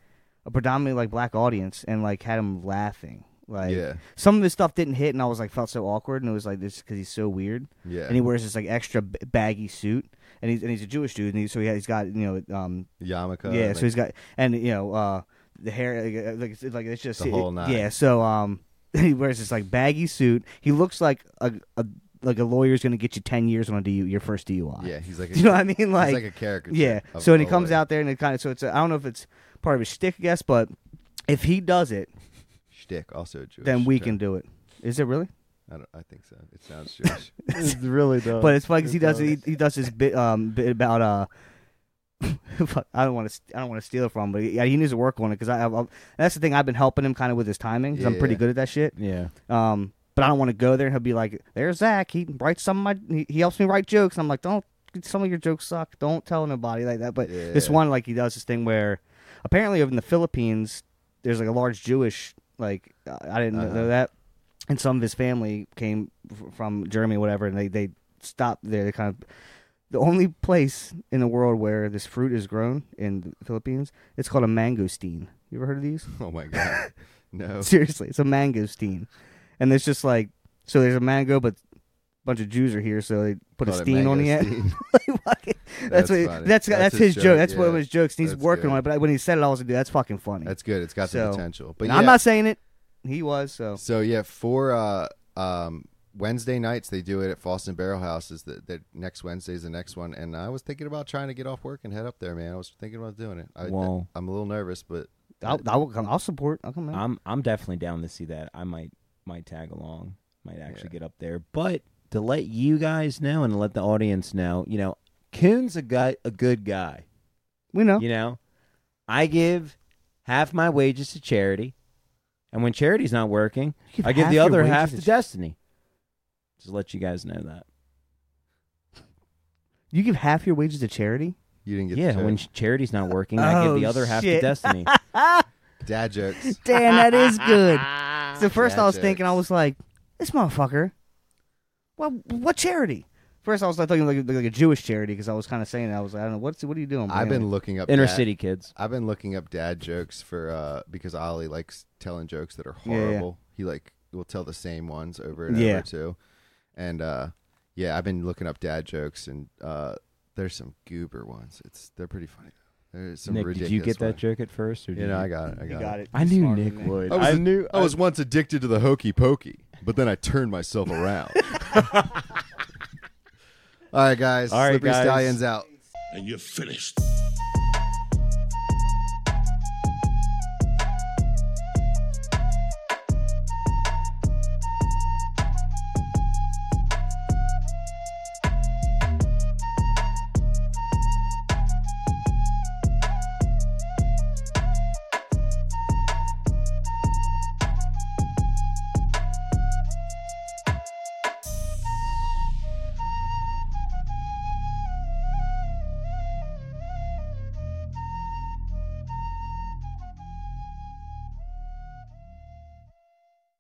S4: a predominantly like black audience, and like had him laughing. Like
S5: yeah,
S4: some of his stuff didn't hit, and I was like felt so awkward, and it was like this because he's so weird,
S5: yeah,
S4: and he wears this like extra b- baggy suit, and he's and he's a Jewish dude, and he, so he, he's got you know um
S5: yarmulke.
S4: yeah,
S5: uh, like,
S4: so he's got and you know uh the hair like, uh, like, it's, like it's just
S5: The
S4: it-
S5: whole nine.
S4: yeah. So um, he wears this like baggy suit. He looks like a, a like a lawyer's gonna get you ten years on a DU, your first DUI.
S5: yeah, he's like a,
S4: Do you know what I mean?
S5: he's
S4: Like,
S5: like a caricature.
S4: yeah.
S5: of
S4: So when he
S5: a
S4: comes
S5: lawyer.
S4: out there and it kind of so it's I I don't know if it's part of his shtick, I guess, but if he does it,
S5: shtick also a Jewish.
S4: then we
S5: term.
S4: can do it. Is it really?
S5: I, don't, I think so. It sounds Jewish.
S3: It's really does.
S4: But it's funny 'cause he does he, he does this bit um bit about uh. fuck, I don't want to. I don't want to steal it from, him, but yeah, he needs to work on it because I. I, I that's the thing. I've been helping him kind of with his timing 'cause I'm pretty
S5: Yeah.
S4: good at that shit.
S2: Yeah.
S4: Um, but I don't want to go there. and He'll be like, "There's Zach. He writes some of my. He, he helps me write jokes." And I'm like, "Don't. Some of your jokes suck. Don't tell nobody like that." But this
S5: Yeah.
S4: one, like, he does this thing where, apparently, over in the Philippines, there's like a large Jewish. Like, uh, I didn't
S5: Uh-huh.
S4: know that, and some of his family came f- from Germany, whatever, and they they stopped there. They kind of. The only place in the world where this fruit is grown in the Philippines, it's called a mangosteen. You ever heard of these?
S5: Oh my god. No.
S4: Seriously, it's a mangosteen, and it's just like so. There's a mango, but a bunch of Jews are here, so they put a
S5: Call it
S4: steen on the end.
S5: mangosteen.
S4: Like, fucking- that's
S5: That's
S4: what
S5: funny.
S4: that's, that's
S5: That's
S4: his joke.
S5: his joke,
S4: That's one of
S5: yeah.
S4: his jokes, and he's
S5: That's
S4: working
S5: good.
S4: on it. But when he said it, I was like, dude, that's fucking funny.
S5: That's good. It's got
S4: So-
S5: the potential. But
S4: and
S5: yeah,
S4: I'm not saying it. He was so.
S5: so yeah, for uh, um, Wednesday nights they do it at False and Barrel House. Is the, the next Wednesday's the next one? And I was thinking about trying to get off work and head up there, man. I was thinking about doing it. I,
S2: Wow.
S5: I'm a little nervous, but
S4: I'll, I will come. I'll support. I'll
S5: Uh,
S4: come. In.
S2: I'm I'm definitely down to see that. I might might tag along. Might actually get up there. But to let you guys know and let the audience know, you know, Coon's a guy a good guy.
S4: we know.
S2: You know, I give half my wages to charity, and when charity's not working,
S4: You give
S2: I give
S4: half
S2: the
S4: your
S2: other
S4: wages
S2: half
S4: to
S2: to
S4: ch-
S2: Destiny. Just let you guys know that.
S4: You give half your wages to charity.
S5: You didn't get
S2: yeah,
S5: the
S2: when
S5: joke.
S2: ch- charity's not working, I give
S4: Oh,
S2: the other half to
S4: shit.
S2: Destiny.
S5: dad jokes.
S4: Damn, that is good. So first I was
S5: Gadgets.
S4: thinking, I was like, this motherfucker. Well, what charity? First I was like thinking like, like a Jewish charity because I was kind of saying I was like, I don't know what's what are you doing?
S5: I've
S4: Brandon?
S5: been looking up
S2: Inner
S5: dad-
S2: city kids.
S5: I've been looking up dad jokes for uh because Ollie likes telling jokes that are
S4: Yeah, yeah.
S5: horrible. He like will tell the same ones over and
S4: Yeah.
S5: over too. And uh yeah, I've been looking up dad jokes and uh there's some goober ones. It's they're pretty funny. There's some
S3: Nick,
S5: ridiculous
S3: did you get that
S5: ones.
S3: joke at first? Or did
S5: You know,
S3: you-
S5: I got it. I
S4: You
S5: got,
S4: got
S5: it.
S4: it.
S2: I knew
S4: Smarter
S2: Nick
S4: than that.
S2: would.
S5: I was,
S3: I knew-
S5: I was once addicted to the hokey pokey, but then I turned myself around. All right, guys.
S3: All right,
S5: Slippery
S3: guys.
S5: Stallions out.
S1: and you're finished.